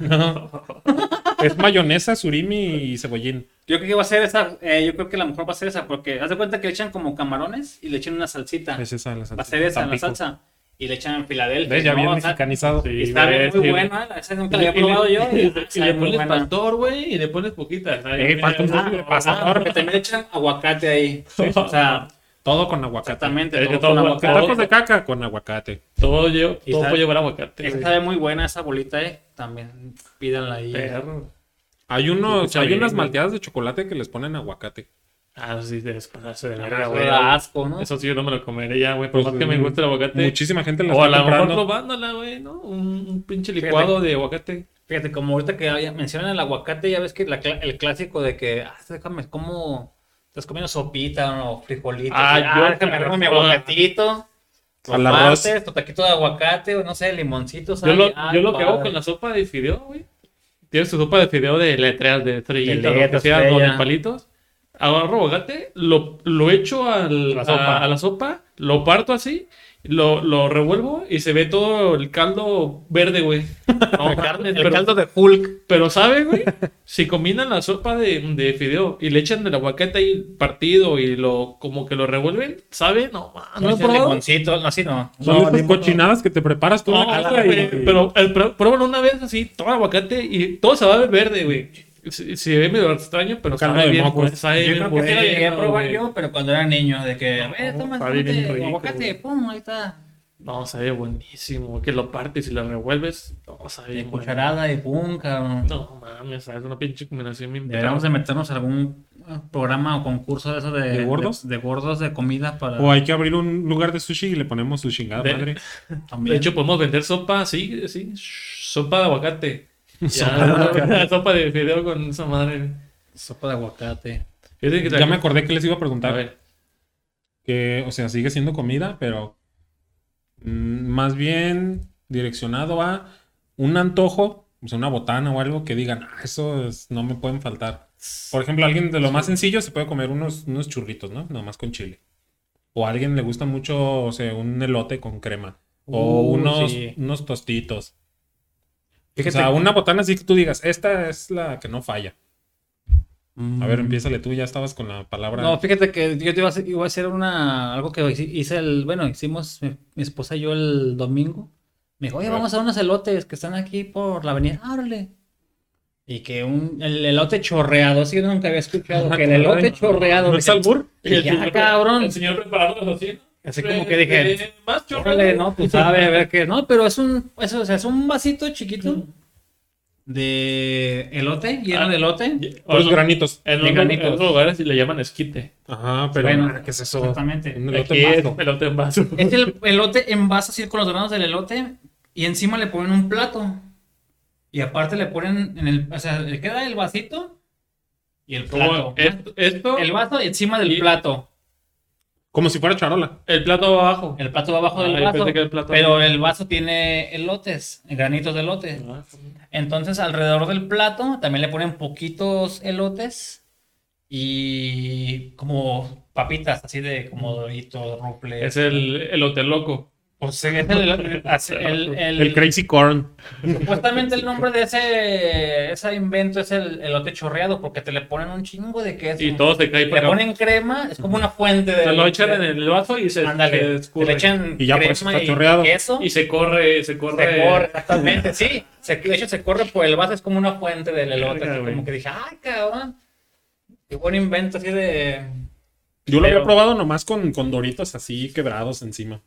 S2: Es mayonesa, surimi y cebollín.
S3: Yo creo que va a ser esa, eh, yo creo que la mejor va a ser esa, porque haz de cuenta que le echan como camarones y le echan una salsita.
S2: Es esa la salsa.
S3: va a ser esa Ah, la
S2: Tampico.
S3: salsa. Y le echan Filadelfia.
S2: ¿Ves? Ya
S3: ¿no?
S2: bien
S3: O sea,
S2: mexicanizado.
S1: Sí,
S3: y Está
S1: güey,
S3: bien, muy
S1: sí, güey.
S3: buena, esa nunca
S1: Y
S3: la
S1: le,
S3: había probado yo.
S1: y le- y
S3: está
S1: le
S3: muy
S1: pones
S3: buena.
S1: pastor, güey, y le pones poquita.
S2: Eh, pastor, sí, pastor.
S3: Ah, porque también le echan aguacate ahí. O sea,
S2: Todo con aguacate.
S3: exactamente.
S1: Es que
S3: todo
S1: todo
S3: con
S1: lo-
S2: ¿Qué
S3: aguacate.
S2: tacos de caca? Con aguacate.
S1: Todo, lleva-
S3: Y
S1: todo
S3: sal-
S1: puede llevar aguacate.
S3: Esa
S1: güey.
S3: sabe muy buena esa bolita, eh. También pídanla ahí.
S1: Perro.
S2: Hay unos,
S1: Escucha
S2: hay
S1: bien,
S2: unas
S1: güey.
S2: malteadas de chocolate que les ponen aguacate.
S1: Ah, sí, debes pasarse de verga,
S3: Eso
S1: güey.
S3: da asco, Ah, ¿no?
S1: Eso sí, yo no me lo comeré ya, güey. Por
S2: Pues,
S1: más que me guste el aguacate.
S2: Muchísima gente la
S1: O a
S2: está
S1: lo mejor
S2: comprando.
S1: probándola, güey, ¿no? Un, un pinche licuado de aguacate.
S3: Fíjate, como ahorita que ya mencionan el aguacate, ya ves que la cla- el clásico de que, ah, déjame, como, estás comiendo sopita o frijolitos.
S1: Ah,
S3: y,
S1: yo-
S3: déjame, agarro mi
S1: ah.
S3: aguacatito.
S2: Al arroz.
S3: tomates, tu taquito de aguacate, o no sé, limoncito,
S1: Yo
S3: sal,
S1: lo,
S3: y, ah,
S1: yo lo que hago
S3: padre.
S1: con la sopa de fideo, güey. Tienes tu sopa de fideo de letras, de estrellitas,
S3: De
S1: lo que
S3: letras,
S1: sea, o de
S3: estrella.
S1: palitos. Agarro aguacate, lo, lo echo al,
S2: La sopa.
S1: a, a la sopa, lo parto así, lo, lo revuelvo y se ve todo el caldo verde, güey. No,
S3: El caldo-
S1: mames,
S3: el
S1: pero-
S3: caldo de Hulk.
S1: Pero sabe, güey, si combinan la sopa de, de fideo y le echan el aguacate ahí partido y lo como que lo revuelven, sabe, no, ma, no lo he
S3: Ese
S1: probado.
S3: limoncito, no, así no.
S2: Son
S1: No,
S2: estas
S1: limón no.
S2: cochinadas que te preparas tú en
S1: No,
S2: la casa
S1: güey,
S2: y-
S1: Ah, pero el pr- pruébalo una vez así, todo aguacate y todo se va a ver verde, güey. Se, se ve medio extraño, pero
S2: Caldo
S1: sabe
S2: de
S1: bien,
S2: moco.
S1: pues, sabe
S3: Yo
S1: bien
S3: creo que
S1: bueno,
S3: sí lo llegué a probar
S1: güey.
S3: yo, pero cuando era niño, de que,
S1: No,
S3: eh, toma,
S1: sabe bien
S3: tómate
S1: rico,
S3: aguacate,
S1: güey.
S3: pum, ahí está.
S1: No, sabe buenísimo, que lo partes y lo revuelves, no, sabe
S3: Y
S1: bien bueno.
S3: cucharada y pum, cabrón.
S1: No, mames, sabe, es una pinche combinación bien
S3: Deberíamos de meternos a algún eh, programa o concurso de esos de,
S2: ¿De gordos?
S3: De, de gordos de comida para
S2: O hay que abrir un lugar de sushi y le ponemos su chingada
S1: De-
S2: madre.
S3: también.
S1: De hecho, podemos vender sopa, sí, sí, sopa de aguacate. Ya,
S2: Sopa de aguacate.
S1: sopa de fideo con esa madre.
S3: sopa de aguacate.
S1: Fíjate que
S2: Ya me acordé que les iba a
S1: A
S2: preguntar.
S1: ver,
S2: que, o sea, sigue siendo comida, pero mm, más bien direccionado a un antojo, o sea, una botana o algo que digan, "Ah, eso es- no me pueden faltar. Por ejemplo, alguien de lo más sencillo se puede comer unos, unos churritos, ¿no? Nomás con chile. O a alguien le gusta mucho, o sea, un elote con crema. O
S1: Uh,
S2: unos,
S1: sí.
S2: unos tostitos.
S3: Fíjate-
S2: o sea, una botana así que tú digas, esta es la que no falla. A ver,
S3: Mm.
S2: empiézale tú, ya estabas con la palabra.
S3: No, fíjate que yo te iba a hacer, iba a hacer una, algo que hice- hice el, bueno, hicimos mi, mi esposa y yo el domingo. Me dijo, oye,
S2: A
S3: vamos a unos elotes que están aquí por la avenida. Ah, órale. Y que un, el elote chorreado, sí, yo nunca había escuchado que el
S2: caray.
S3: elote chorreado.
S2: ¿No es
S3: dije,
S2: albur?
S3: "Ya, cabrón.
S1: El señor preparado así.
S3: Así como que dije,
S1: Eh, más chorro.
S3: Órale, no, pues sabe, a ver qué. No, pero es un, eso, o sea, es un vasito chiquito de elote, lleno
S1: Ah,
S3: de elote.
S2: Puros granitos.
S1: En,
S3: de
S1: otro-
S3: granitos.
S1: en otros lugares sí le llaman esquite.
S2: Ajá, pero
S3: Bueno,
S2: ¿qué es eso?
S3: exactamente.
S2: Un elote
S1: Aquí es
S2: mazo.
S1: pelote en vaso.
S3: Es el elote en vaso así con los granos del elote y encima le ponen un plato. Y aparte le ponen en el, o sea, le queda el vasito y el plato.
S1: Como esto, esto,
S3: El
S1: el,
S3: vaso y encima del
S1: Y-
S3: plato.
S2: Como si fuera charola.
S1: plato va abajo.
S3: El plato va abajo
S1: Ah,
S3: del
S1: yo pensé
S3: vaso.
S1: que el plato-
S3: Pero el vaso tiene elotes, granitos de elote.
S1: Ah,
S3: Entonces, alrededor del plato también le ponen poquitos elotes y como papitas, así de como doritos, ruple.
S1: Es el, el hotel loco.
S3: O sea, es el- el- el-
S2: El Crazy Corn.
S3: supuestamente el nombre de ese, ese invento es el elote chorreado, porque te le ponen un chingo de queso.
S1: Y todo se cae
S3: le
S1: para acá.
S3: ponen crema, es como una fuente de.
S1: Se lo echan en el vaso y se,
S3: Ándale,
S1: se
S3: te le
S1: escurre.
S3: echan
S2: Y ya por
S3: crema
S2: eso está
S3: y
S2: chorreado.
S3: queso.
S1: Y se corre, se
S3: Se
S1: corre.
S3: corre, exactamente, sí. Se, de hecho, se corre por el vaso, es como una fuente del elote.
S1: Verga,
S3: así
S1: güey.
S3: como que dije, ¡ay, cabrón! Qué buen invento así de.
S2: Yo lo había
S3: Pero-
S2: probado nomás con, con doritos así quebrados encima.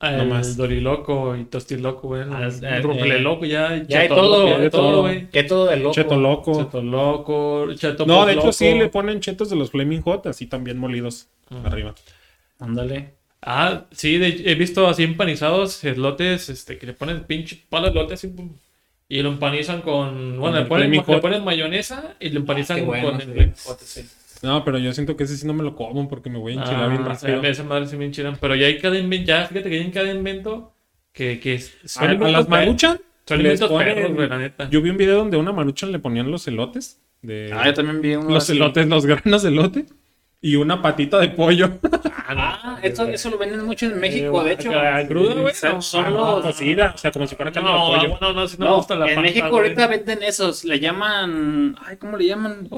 S1: El
S2: Nomás.
S1: Doriloco y Tostiloco, güey.
S3: Ah,
S1: El
S3: eh,
S1: Ruple
S3: eh.
S1: Loco, ya.
S3: Ya hay
S1: Cheto Loco,
S3: todo,
S1: ya hay
S3: de
S1: todo,
S3: todo,
S1: güey.
S3: Ya hay todo de loco.
S2: Cheto loco.
S1: Cheto Loco, Cheto
S2: no,
S1: Pop
S2: de hecho
S1: Loco.
S2: sí le ponen chetos de los Flaming Hot así también molidos arriba.
S3: Ándale.
S1: Ah, sí, de- he visto así empanizados elotes, este, que le ponen pinche palo de elote así, pum, y lo empanizan con,
S2: Con
S1: bueno, le
S2: el
S1: ponen,
S2: Flaming
S1: le
S2: Hot. Ah,
S1: ponen mayonesa y lo empanizan
S3: Ah, qué bueno,
S1: con
S3: sí.
S1: el elote, sí.
S2: No, pero yo siento que ese sí no me lo como porque me voy a enchilar bien
S1: Ah, o sea,
S2: rápido.
S1: esa madre sí bien chida, pero ya hay cada invento, ya, fíjate que ya hay cada invento que, que es-
S2: A, a las maruchan
S1: son
S2: les
S1: alimentos
S2: ponen-
S1: perros, güey, la neta.
S2: Yo vi un video donde a una maruchan le ponían los elotes. De,
S1: Ah,
S3: Ah, también vi uno.
S2: los elotes, los granos de elote. Y una patita de pollo.
S3: Ah, eso, eso lo venden mucho en México,
S1: Eh,
S3: de hecho.
S1: guaca, crudo, güey,
S3: Son-
S1: Ah, no,
S3: son
S1: no,
S3: los-
S2: Cocida, o sea, como si fuera carne
S1: No,
S2: de pollo.
S1: no, no, no, si no me
S3: No,
S1: gusta la
S3: en
S1: pasta,
S3: México
S1: güey.
S3: ahorita venden esos, le llaman, ay, ¿cómo le llaman?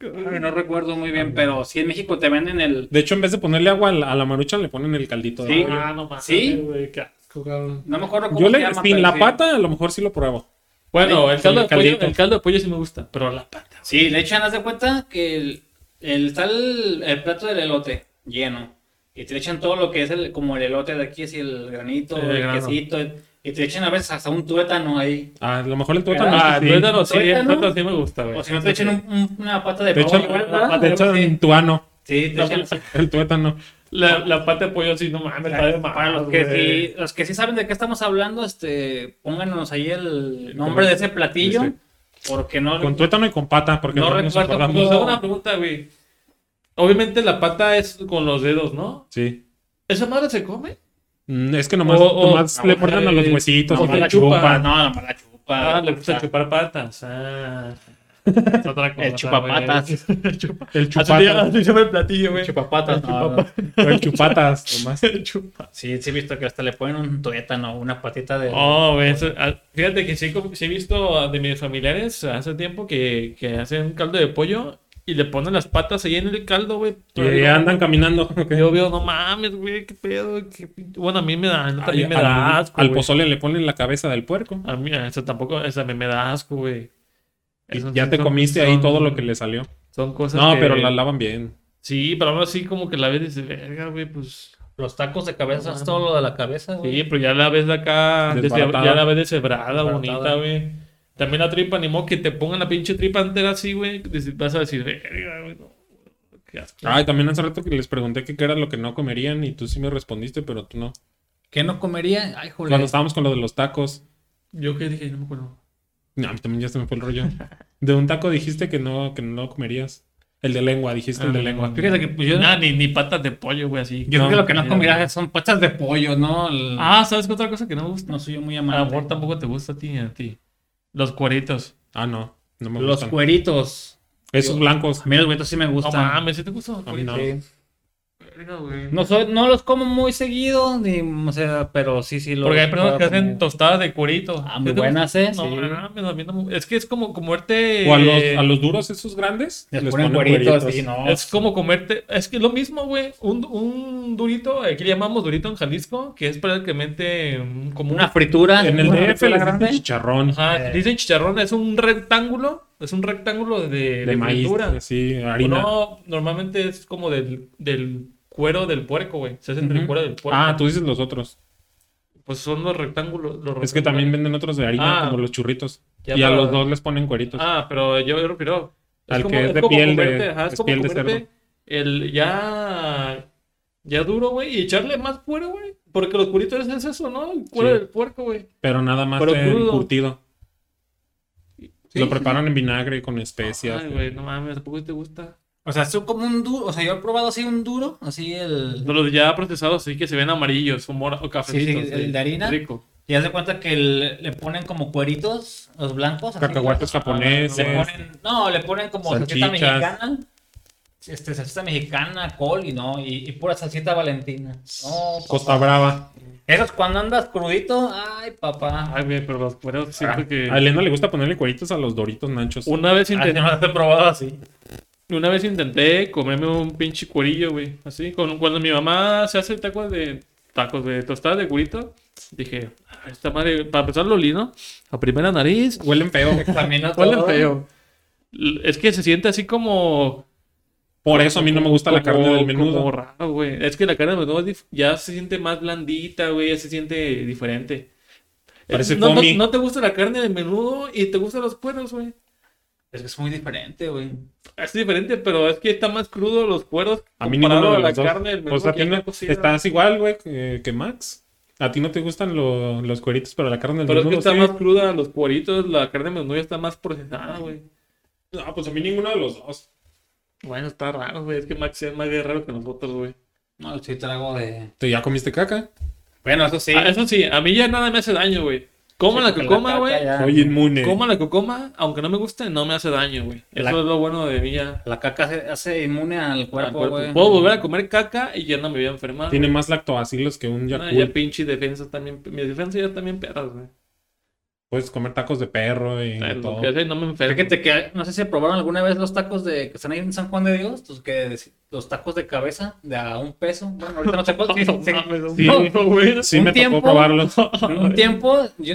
S3: Ay, no recuerdo muy
S1: Ah,
S3: bien, pero sí en México te venden el,
S2: De hecho, en vez de ponerle agua a la, a la maruchan, le ponen el caldito de
S3: Sí.
S2: pollo.
S1: Ah, no mames,
S3: ¿Sí?
S1: güey, qué asco, cabrón.
S3: no me acuerdo cómo
S2: Yo
S3: se
S2: le,
S3: llama.
S2: sin
S3: pero
S2: la
S3: sí.
S2: pata, a lo mejor sí lo pruebo.
S1: Bueno,
S2: Sí,
S1: el caldo,
S2: el
S1: de pollo,
S2: caldito.
S1: el caldo de pollo sí me gusta, pero la pata.
S3: Sí, le echan, haz de cuenta que el, el- está el, el plato del elote lleno. Y te le echan todo lo que es el, como el elote de aquí, así el granito,
S1: El
S3: el,
S1: grano.
S3: quesito. el- Y te echan a veces hasta un tuétano ahí.
S2: A lo mejor el tuétano.
S1: Ah,
S2: sí.
S1: tuétano sí, el
S3: Tuétano.
S1: tuétano sí me gusta, güey.
S3: O si no te echan un- un- una pata de
S2: Te
S3: pavo.
S2: echan,
S3: igual, ¿verdad?
S2: te echan tuano.
S3: Sí, te echan.
S2: El tuétano.
S1: La, la pata de pollo sí, no mames, pues, está de
S3: Para
S1: más,
S3: los que,
S1: güey.
S3: sí, los que sí saben de qué estamos hablando, este, pónganos ahí el nombre de ese platillo.
S2: Este.
S3: Porque no.
S2: Con tuétano y con pata, porque
S3: No
S2: no, nos
S3: recuerdo
S1: Pues
S2: acordamos.
S1: hago una pregunta, güey. Obviamente la pata es con los dedos, ¿no?
S2: Sí.
S1: ¿Esa madre se come?
S2: Mm, Es que nomás,
S1: O- o-
S2: nomás le cortan a los
S1: eh,
S2: huesitos,
S1: no,
S2: nomás
S1: la
S2: le
S1: chupa.
S2: chupan.
S3: No, no, la chupa.
S1: Ah, le gusta chupar patas. Ah. Es otra cosa,
S3: El chupapatas.
S1: güey. El chupa-
S2: El
S1: Así se-
S2: chupatas.
S1: así se llama el platillo, güey.
S3: Chupapatas, no, no.
S2: El chupatas, nomás.
S1: Chupa.
S3: Sí, sí he visto que hasta le ponen un tuétano, una patita de...
S1: Oh, güey, eso- ah, fíjate que sí, como- sí he visto a- de mis familiares hace tiempo que, que hacen un caldo de pollo y le ponen las patas ahí en el caldo, güey.
S2: Y ahí andan caminando. ok.
S1: Yo veo, no mames, güey, qué pedo. qué pin- Bueno, a mí me da, a mí
S2: Al-
S1: me da
S2: al-
S1: asco.
S2: Al
S1: güey.
S2: pozole le ponen la cabeza del puerco.
S1: A mí eso tampoco, esa a mí me da asco, güey.
S2: Y
S1: Eso
S2: ya
S1: sí
S2: te
S1: son-
S2: comiste ahí
S1: son-
S2: todo lo que le salió.
S1: Son cosas
S2: No,
S1: que-
S2: pero la lavan bien.
S1: Sí, pero aún así como que la ves y dices, verga, güey, pues...
S3: Los tacos de cabeza, es todo lo de la cabeza, güey.
S1: Sí, pero ya la ves de acá, desde-
S2: Desbaratada.
S1: ya la ves deshebrada,
S3: Desbaratada.
S1: bonita, güey. También la tripa, ni modo que te pongan la pinche tripa entera así, güey. dices- Vas a decir, verga, güey, no, qué asco.
S2: Ay, también hace rato que les pregunté que qué era lo que no comerían y tú sí me respondiste, pero tú no.
S3: ¿Qué no comería? Ay, joder.
S2: Cuando estábamos con lo de los tacos,
S1: Yo qué dije, no me acuerdo.
S2: no, a mí también ya se me fue el rollo. De un taco dijiste que no, que no comerías. El de lengua, dijiste el
S3: Ah,
S2: de lengua.
S1: Fíjate que pues, yo... Nah, ni, ni patas de pollo, güey, así.
S3: Yo creo que lo que no
S1: Sí,
S3: comería son patas de pollo, ¿no? El-
S1: Ah, ¿sabes qué otra cosa que no me gusta?
S3: No soy yo muy
S1: A lo
S3: amante.
S1: mejor tampoco te gusta a ti, a ti. Los cueritos.
S2: Ah, no, no me
S3: Los
S2: gustan.
S3: cueritos.
S2: Esos blancos.
S3: A mí los cueritos sí me
S1: No
S3: gustan.
S1: mames, ¿sí te gustan los
S2: A mí
S1: cueritos?
S2: no.
S3: Sí.
S1: Verga, güey.
S3: No, soy, no los como muy seguido, ni, o sea, pero sí, sí los
S1: Porque hay personas que
S3: puedo
S1: hacen
S3: comer.
S1: tostadas de cuerito.
S3: Ah, muy buenas, ¿eh?
S1: No,
S3: Sí.
S1: mames, a mí no me- Es que es como comerte.
S2: O a los, a los duros esos grandes.
S3: Les ponen cueritos, sí, no.
S1: Es como comerte. Es que es lo mismo, güey. Un, un durito, aquí le llamamos durito en Jalisco, que es prácticamente mm, como
S3: Una
S1: una.
S3: fritura.
S2: En el
S3: una
S2: DF
S3: fritura
S2: les dicen
S3: grande.
S2: chicharrón
S1: Ajá,
S3: Eh.
S1: dicen chicharrón, es un rectángulo. Es un rectángulo de,
S2: de,
S1: de
S2: maíz,
S1: fritura.
S2: sí, harina.
S1: No, normalmente es como del, del cuero del puerco, güey. Se hace entre el
S2: Ujú.
S1: cuero del puerco.
S2: ah, tú dices los otros.
S1: Pues son los rectángulos. los
S2: Es que
S1: rectángulos.
S2: también venden otros de harina,
S1: Ah.
S2: como los churritos.
S1: Ya
S2: y a
S1: para-
S2: los dos les ponen cueritos.
S1: Ah, pero yo me refiero.
S2: Al que es de piel de- es piel de cerdo.
S1: el ya, ya duro, güey, y echarle más cuero, güey. Porque los cueritos es eso, ¿no? El cuero
S2: Sí.
S1: del puerco, güey.
S2: pero nada más
S1: pero
S2: el
S1: crudo.
S2: curtido.
S1: Sí,
S2: Lo
S1: sí,
S2: preparan en vinagre con especias.
S1: Ay, güey, no mames, tampoco te gusta.
S3: O sea, son como un duro. O sea, yo he probado así un duro, así el.
S1: Los ya procesados, sí que se ven amarillos o, mora, o cafecitos.
S3: Sí, sí, el de harina.
S1: Rico.
S3: Y haz de cuenta que el- le ponen como cueritos, los blancos. así.
S2: Cacahuates
S1: Ah,
S2: japoneses.
S3: Le ponen, no, le ponen como salsita
S2: Salchichas.
S3: mexicana. Este, salsita mexicana, col y no, y, y pura salsita valentina. No, papá.
S2: Costa Brava.
S3: Esos cuando andas crudito, ay, papá.
S1: Ay, güey, pero los cueros siento que...
S2: A Elena le gusta ponerle cueritos a los doritos nachos.
S1: Una vez,
S3: Ay,
S1: intenté,
S3: no las he probado así.
S1: una vez intenté comerme un pinche cuerillo, güey. Así, con, cuando mi mamá se hace tacos de tacos de tostadas de cuerito, dije, "A ver, esta madre, para empezar lo olí, ¿no? a primera nariz,
S2: Huelen feo.
S3: También no
S1: huele
S3: todo.
S1: feo. L- Es que se siente así como.
S2: Por eso a mí no me gusta la
S1: como-
S2: carne del
S1: Como
S2: menudo.
S1: raro, güey. Es que la carne del menudo es dif- ya se siente más blandita, güey. Ya se siente diferente. Eh,
S2: Parece
S1: no, no,
S2: foamy.
S1: no te gusta la carne del menudo y te gustan los cueros, güey.
S3: Es que es muy diferente, güey.
S1: Es diferente, pero es que está más crudo los cueros.
S2: A mí ninguno
S1: comparado
S2: de
S1: a la
S2: los dos.
S1: carne del menudo.
S2: O sea,
S1: que ya
S2: tú no-
S1: está cocida.
S2: estás igual, güey, que, que Max. A ti no te gustan lo- los cueritos, pero la carne del
S1: Pero es que
S2: menudo
S1: está
S2: sí.
S1: más cruda los cueritos. La carne del menudo ya está más procesada, güey.
S2: No, pues a mí ninguno de los dos.
S1: Bueno, está raro, güey. Es que Max es más guerrero que nosotros, güey.
S3: No, sí trago de.
S2: ¿Tú ya comiste caca?
S3: Bueno, eso sí.
S1: Ah, eso sí, a mí ya nada me hace daño, güey. Coma la que coma, güey.
S2: Soy inmune.
S1: Coma la que coma, aunque no me guste, no me hace daño, güey. Eso
S3: La-
S1: es lo bueno de mí ya.
S3: La caca hace, hace inmune al
S1: Al
S3: cuerpo,
S1: cuerpo.
S3: güey.
S1: Puedo volver a comer caca y ya no me voy a enfermar.
S2: Tiene más lactobacilos que un
S1: güey.
S2: Yakult.
S1: No, ya pinche defensa también. Mi defensa ya también perras, güey.
S2: Puedes comer tacos de perro y
S1: O
S2: de
S1: sea, Eh, lo
S2: todo.
S1: que sea y no me enfermo.
S3: Fíjate que no sé si probaron alguna vez los tacos de que están ahí en San Juan de Dios, los, que, los tacos de cabeza de a un peso. Bueno, ahorita no sé cuánto. sí, sí.
S2: Sí,
S1: No, güey.
S2: sí
S3: un
S2: me
S3: tiempo-
S2: tocó
S3: pues,
S2: probarlos.
S3: En un tiempo yo,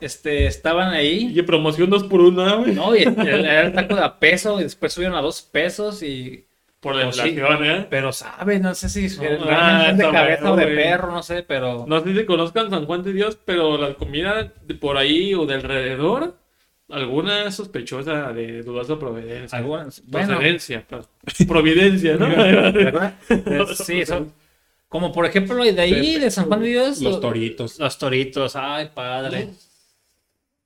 S3: este, estaban ahí.
S1: Y promoción dos por una, güey.
S3: No, y el- era el taco de a peso y después subieron a dos pesos y
S1: Por la
S3: Pues sí.
S1: inflación, ¿eh?
S3: Pero sabe, no sé si es
S1: No,
S3: realmente
S1: está
S3: de cabeza
S1: bueno,
S3: o de
S1: güey.
S3: perro, no sé, pero.
S1: No sé si conozcan San Juan de Dios, pero la comida de por ahí o de alrededor, alguna es sospechosa de dudosa proveniencia.
S3: algunas- bueno,
S1: Procedencia, perdón. providencia, pues, ¿no?
S3: eh, sí, son. Como por ejemplo, de ahí, de San Juan de Dios.
S2: Los
S3: lo-
S2: toritos.
S3: Los toritos, ay, padre.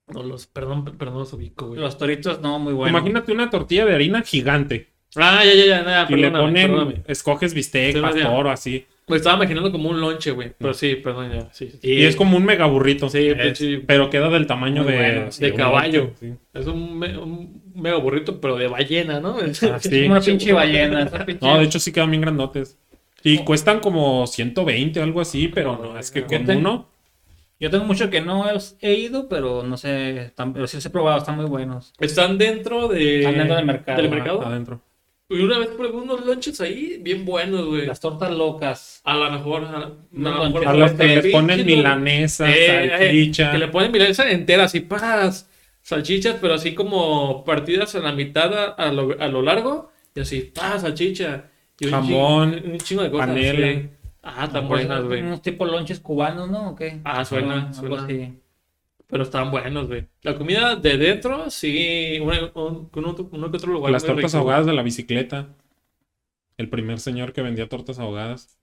S1: No, los, perdón, perdón, los ubico, güey.
S3: Los toritos, no, muy bueno.
S2: Imagínate una tortilla de harina gigante.
S1: Ah, ya, ya, ya, ya,
S2: Y le
S1: perdóname,
S2: ponen,
S1: perdóname.
S2: escoges bistec,
S1: Sí, no, ya.
S2: pastor o así.
S1: Me estaba imaginando como un lonche, güey. Pero sí, perdón, ya, sí. sí.
S2: Y es como un mega burrito.
S1: Sí,
S2: Es-
S1: pinche-
S2: pero queda del tamaño
S3: Muy
S2: de,
S3: bueno,
S2: sí,
S1: de
S2: un
S1: caballo.
S2: burrito, sí.
S1: Es un, me- un mega burrito, pero de ballena, ¿no?
S2: Ah, sí.
S3: Como una pinche ballena. esa pinche-
S2: No, de hecho sí quedan bien grandotes. Y
S1: Oh.
S2: cuestan como 120 o algo así, pero no, es que con
S3: Ten-
S2: uno.
S3: Yo tengo mucho que no he, he ido, pero no sé. tam- Pero sí los he probado, están muy buenos.
S1: Están dentro de...
S3: Están dentro del mercado,
S1: Del
S3: ajá.
S1: mercado.
S2: Adentro.
S1: Y una vez probé unos lonches ahí, bien buenos, güey.
S3: Las tortas locas.
S1: A lo mejor. A,
S3: No,
S1: a lo mejor.
S3: Pero
S2: A los
S3: este,
S2: que les ponen
S1: pinche-
S2: milanesa,
S1: Eh, eh,
S2: salchicha.
S1: Que le ponen milanesa entera, así, paz. Salchichas, pero así como partidas en la mitad a, a lo, a lo largo. Y así, paz, salchicha. Y un
S2: Jamón,
S1: chingo- un chingo de cosas.
S2: panela.
S1: sí. Ah, tan buenas, güey.
S3: Unos tipo lonches cubanos, ¿no? ¿O qué?
S1: Ah, suena,
S3: Algo
S1: suena.
S3: así.
S1: Pero están buenos, güey. La comida de dentro, sí. una- un- con otro- uno que otro lugar.
S2: las
S1: muy
S2: tortas
S1: rico.
S2: ahogadas de la bicicleta. El primer señor que vendía tortas ahogadas.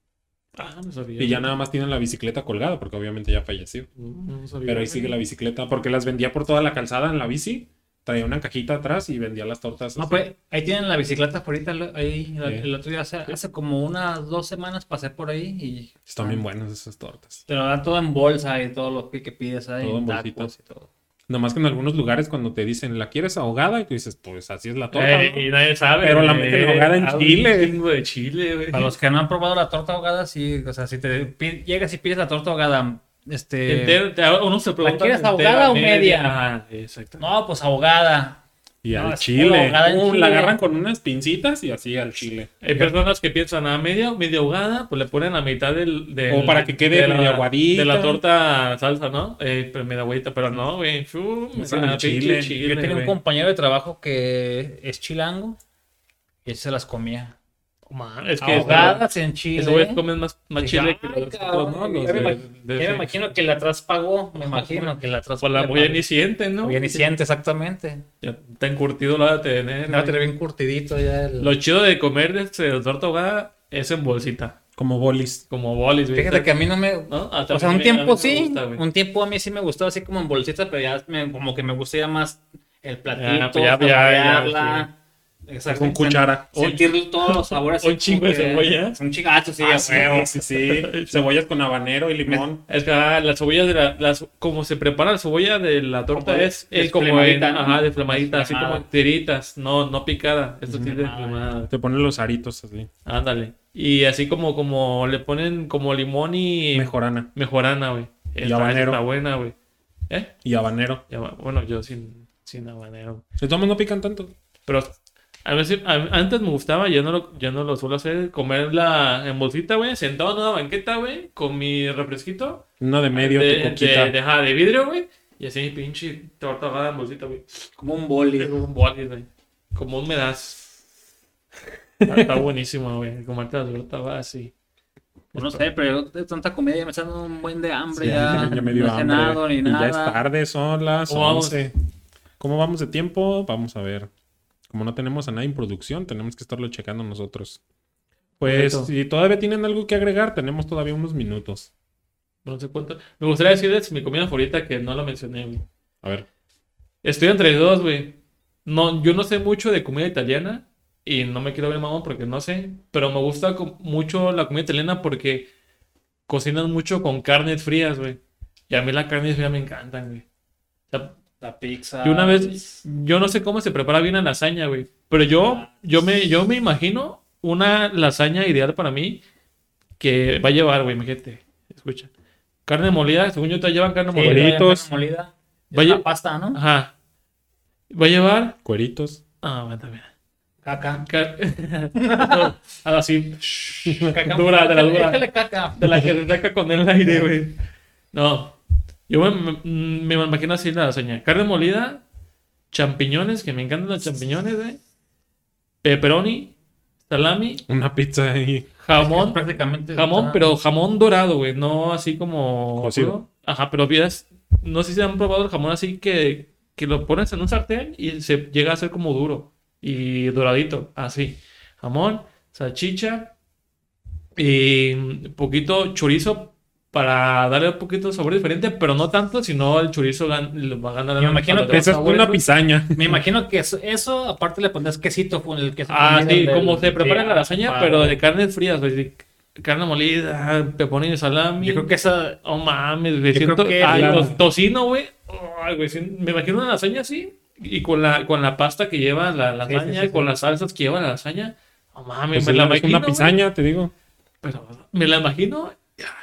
S1: Ah, no sabía.
S2: Y ya nada más tienen la bicicleta colgada, porque obviamente ya falleció.
S1: No, no sabía.
S2: Pero ahí sigue la bicicleta, porque las vendía por toda la calzada en la bici. Traía una cajita atrás y vendía las tortas.
S3: No,
S2: así.
S3: pues ahí tienen la bicicleta por ahorita. lo- Ahí, la-
S2: Sí.
S3: el otro día, hace, hace como unas dos semanas pasé por ahí y
S2: Están bien buenas esas tortas.
S3: te lo dan todo en bolsa y todo lo que que pides ahí.
S2: Todo en
S3: tacos
S2: bolsitas.
S3: y todo.
S2: Nomás que en algunos lugares cuando te dicen, ¿la quieres ahogada? Y tú dices, pues así es la torta.
S1: Eh,
S2: ¿no?".
S1: y nadie sabe.
S2: Pero la
S1: güey.
S2: meten ahogada en
S1: Ah, un
S2: Chile.
S1: chingo de Chile, güey.
S3: Para los que no han probado la torta ahogada, sí. O sea, si te pi- llegas y pides la torta ahogada, este.
S1: Entera, te- ahora uno se pregunta.
S3: quieres
S1: entera,
S3: ahogada o media?
S1: Ajá, exacto.
S3: No, pues ahogada.
S2: Y
S3: No,
S2: al
S3: es
S2: chile.
S3: ahogada en
S2: Uh,
S3: chile.
S2: La agarran con unas pincitas y así al chile.
S1: Hay personas que piensan a media, media ahogada, pues le ponen a mitad del. del-
S2: O para que quede
S1: de la-
S2: medio aguadita.
S1: De la torta salsa, ¿no? Eh, pero media aguadita, pero no, güey. Fum,
S2: Es en
S1: ah,
S2: el
S1: pinche
S2: chile.
S1: chile,
S3: Yo tenía un
S1: güey.
S3: compañero de trabajo que es chilango y él se las comía.
S1: Man, Es que
S3: Ahogadas en
S1: es-
S3: Chile.
S1: esos güeyes comen más, más
S3: ¿eh? Ay,
S1: chile que los
S3: cabrón,
S1: otros, ¿no? Los
S3: ya me
S1: de-
S3: imag-
S1: de-
S3: ya me imagino que la traspagó. Me imagino que la traspagó.
S1: Pues la mujer ni sienten, ¿no?
S3: Bien y siente, exactamente.
S1: Ya te han curtido la de tener.
S3: No,
S1: güey.
S3: te ve bien curtidito ya. el-
S1: Lo chido de comer este, torta ahogada es en bolsita.
S2: Como bolis.
S1: Como bolis, güey.
S3: Fíjate que a mí no me.
S1: ¿No? Ah,
S3: O sea,
S1: también a mí- a
S3: un
S1: mí
S3: tiempo
S1: me
S3: sí.
S1: gusta, güey.
S3: un tiempo a mí sí me gustaba así como en bolsitas, pero ya me- como que me gusta ya más el platito,
S1: pues ya- ya- ya,
S3: saborearla. Exacto.
S2: Con cuchara.
S3: Sentir todos los sabores.
S1: Un
S3: así
S1: chingo ¿eh?
S3: como
S1: de
S3: que-
S1: cebolla.
S3: Un chingazo, sí.
S2: Ah,
S3: a huevo.
S2: huevo, sí, sí. Cebollas con habanero y limón.
S1: Es que ah, las cebollas de la, las, como se prepara la cebolla de la torta
S3: Como
S1: es, es como en,
S3: desplemadita, ¿no?
S1: ajá, desplemadita, así
S3: Desplemada.
S1: como tiritas, no, no picada. Esto sí es desplemada.
S2: Te ponen los aritos así.
S1: Ándale. Y así como, como le ponen como limón y
S2: Mejorana.
S1: mejorana, güey. Está-
S2: habanero.
S1: Está buena, güey. ¿Eh?
S2: Y habanero.
S1: Ya va- Bueno, yo sin, sin habanero.
S2: De todos modos no pican tanto.
S1: Pero a veces, a- antes me gustaba, yo no lo, yo no lo suelo hacer, comerla en bolsita, güey, sentado en una banqueta, güey, con mi refresquito.
S2: Uno de medio,
S1: de,
S2: tu coquita.
S1: de- de- ajá, de vidrio, güey. Y así mi pinche torta ahogada en bolsita, güey.
S3: Como un boli.
S1: Tengo un bolis, güey. Como un medaz. Está está buenísimo, güey. Comerte la torta ahogada así.
S3: Pues no sé, pero yo de tanta comida ya me está dando un buen de hambre
S2: Sí, a mí
S3: ya.
S2: también ya me dio
S3: no he
S2: hambre.
S3: cenado ni
S2: Y
S3: nada.
S2: ya es tarde, son las
S1: ¿Cómo vamos?
S2: 11. ¿Cómo vamos de tiempo? Vamos a ver. Como no tenemos a nadie en producción, tenemos que estarlo checando nosotros. Pues
S1: Correcto.
S2: si todavía tienen algo que agregar, tenemos todavía unos minutos.
S1: No sé cuánto. Me gustaría decirles mi comida favorita que no la mencioné, güey.
S2: A ver.
S1: Estoy entre dos, güey. No, yo no sé mucho de comida italiana y no me quiero ver mamón porque no sé, pero me gusta co- mucho la comida italiana porque cocinan mucho con carnes frías, güey. Y a mí las carnes frías me encantan, güey. O sea,
S3: La pizza.
S1: yo una vez, yo no sé cómo se prepara bien la lasaña, güey. Pero yo, yo me, yo me imagino una lasaña ideal para mí que va a llevar, güey, imagínate. Escucha. Carne molida, según yo te llevan carne
S3: Sí,
S1: molida.
S2: Cueritos.
S3: la molida.
S1: Vaya-
S3: La pasta, ¿no?
S1: Ajá. Va a llevar.
S2: Cueritos.
S1: Ah, bueno, también.
S3: Caca.
S1: Ca- No, así.
S3: Caca.
S1: Dura, de la
S3: Échale-
S1: dura.
S3: Échale caca.
S1: De la que te saca con el aire, güey. No. Yo me, me- me imagino así la lasaña. Carne molida, champiñones, que me encantan los champiñones, güey. Pepperoni, salami,
S2: Una pizza ahí.
S1: jamón,
S3: prácticamente.
S1: jamón,
S3: está-
S1: pero jamón dorado, güey, no así como
S2: Cocido.
S1: crudo. Ajá, pero vieras, no sé si han probado el jamón así que, que lo pones en un sartén y se llega a ser como duro y doradito, así. Jamón, salchicha y un poquito chorizo para darle un poquito de sabor diferente, pero no tanto, sino el chorizo gan- le va a ganar.
S3: Me imagino que
S2: Esa es
S3: sabores,
S2: una
S3: güey.
S2: pizaña.
S3: Me imagino que eso, eso, aparte le pondrás quesito con el queso.
S1: Ah,
S3: fundido
S1: sí,
S3: del-
S1: como se prepara
S3: sí,
S1: la lasaña,
S3: para-
S1: pero de carnes frías, güey. de Carne molida, peponi de salami.
S3: Yo creo que esa.
S1: Oh, mames, güey.
S3: Yo creo
S1: Siento
S3: que
S1: Ay,
S2: la-
S1: los tocino, güey. Ay, güey, sí, Me imagino una lasaña así. Y con la, con la pasta que lleva la
S3: sí,
S1: lasaña,
S3: sí, sí.
S1: con las salsas que lleva la lasaña. Oh, mames,
S2: Pues
S1: me la
S2: es
S1: imagino.
S2: una pizaña, te digo.
S1: güey, Pero me la imagino.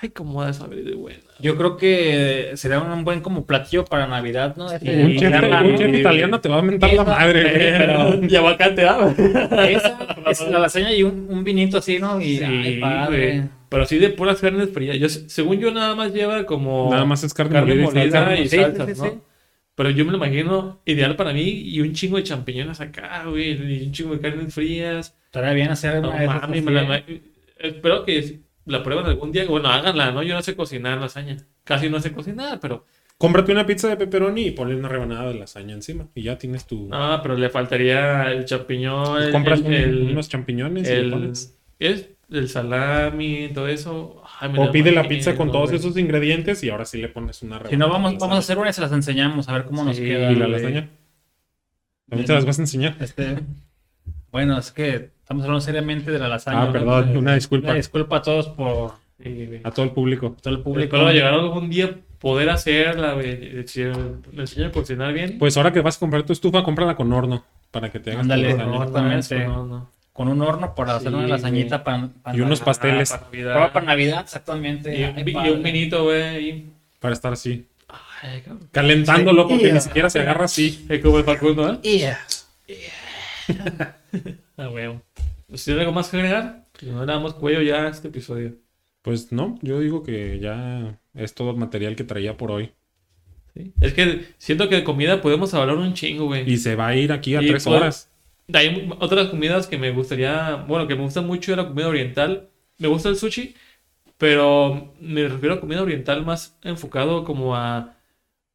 S1: Ay, cómo ha de saber de buena.
S3: Yo creo que sería un buen como platillo para Navidad, ¿no? Este,
S2: un chef,
S3: carne,
S2: un
S3: ¿no?
S2: chef italiano te va a mentar la
S3: Esa-
S2: madre, güey.
S3: pero-
S1: Y aguacate, ah,
S3: Esa, es la lasaña y un, un vinito así, ¿no? Y,
S1: Sí,
S3: ay,
S1: güey.
S3: padre.
S1: Pero así de puras carnes frías. Yo, se- según yo, nada más lleva como.
S2: Nada más es carne molida y salsa.
S1: y
S3: Sí,
S1: salsas,
S3: sí, sí,
S1: ¿no?
S3: sí.
S1: Pero yo me lo imagino ideal para mí y un chingo de champiñones acá, güey. Y un chingo de carnes frías.
S3: Estaría bien hacer
S1: No
S3: una de esas
S1: mames, me
S3: así,
S1: la-
S3: ¿eh?
S1: me- Espero que la prueben algún día. Bueno, háganla, ¿no? Yo no sé cocinar lasaña. Casi no sé cocinar, pero.
S2: Cómprate una pizza de pepperoni y ponle una rebanada de lasaña encima. Y ya tienes tu.
S1: No, pero le faltaría el champiñón. Ah, el-
S2: Pues compras
S1: el,
S2: un-
S1: el-
S2: unos champiñones y le
S1: el-
S2: pones.
S1: ¿es? el salami, todo eso. Ay, me
S2: O
S1: la
S2: pide la pizza con
S1: imagino,
S2: todos
S1: güey.
S2: esos ingredientes y ahora sí le pones una rebanada.
S3: Si no, vamos,
S2: de
S3: vamos a
S2: lasaña.
S3: hacer una y se las enseñamos, a ver cómo nos
S1: Sí,
S3: queda.
S2: Y la
S1: güey.
S2: lasaña. También te las vas a enseñar.
S3: Este, bueno, es que estamos hablando seriamente de la lasaña.
S2: Ah,
S3: ¿no?
S2: perdón, una
S3: Una
S2: disculpa
S3: disculpa a todos por
S1: Sí, güey.
S2: a todo el público.
S3: todo el público.
S1: Espero llegar algún día poder hacerla, güey. Si me enseñan a cocinar bien.
S2: Pues ahora que vas a comprar tu estufa, cómprala con horno para que te hagas tu
S3: Ándale.
S1: no,
S2: lasaña.
S1: no,
S3: exactamente.
S1: eso no, no.
S3: Con un horno para hacer
S1: Sí,
S3: una lasañita
S1: güey.
S3: para, para
S2: Y unos
S3: Navidad.
S2: pasteles
S1: Ah, para
S3: Prueba
S1: Navidad.
S3: para Navidad, exactamente.
S1: Y un,
S3: Ay,
S1: vi- y
S3: padre.
S1: un vinito, güey. y-
S2: para estar así.
S1: Ay, cabrón.
S2: Calentándolo porque ni siquiera se agarra así.
S1: Es como el Facundo, ¿eh?
S3: Yeah.
S1: Ah, huevo. Pues, ¿Tiene algo más que agregar? Si no le damos cuello ya a este episodio.
S2: Pues no, yo digo que ya es todo el material que traía por hoy.
S1: ¿sí? Es que siento que de comida podemos hablar un chingo, güey.
S2: Y se va a ir aquí a
S1: Y
S2: tres
S1: pues-
S2: horas.
S1: De ahí mu- otras comidas que me gustaría, bueno, que me gusta mucho de la comida oriental. Me gusta el sushi, pero me refiero a comida oriental más enfocado como a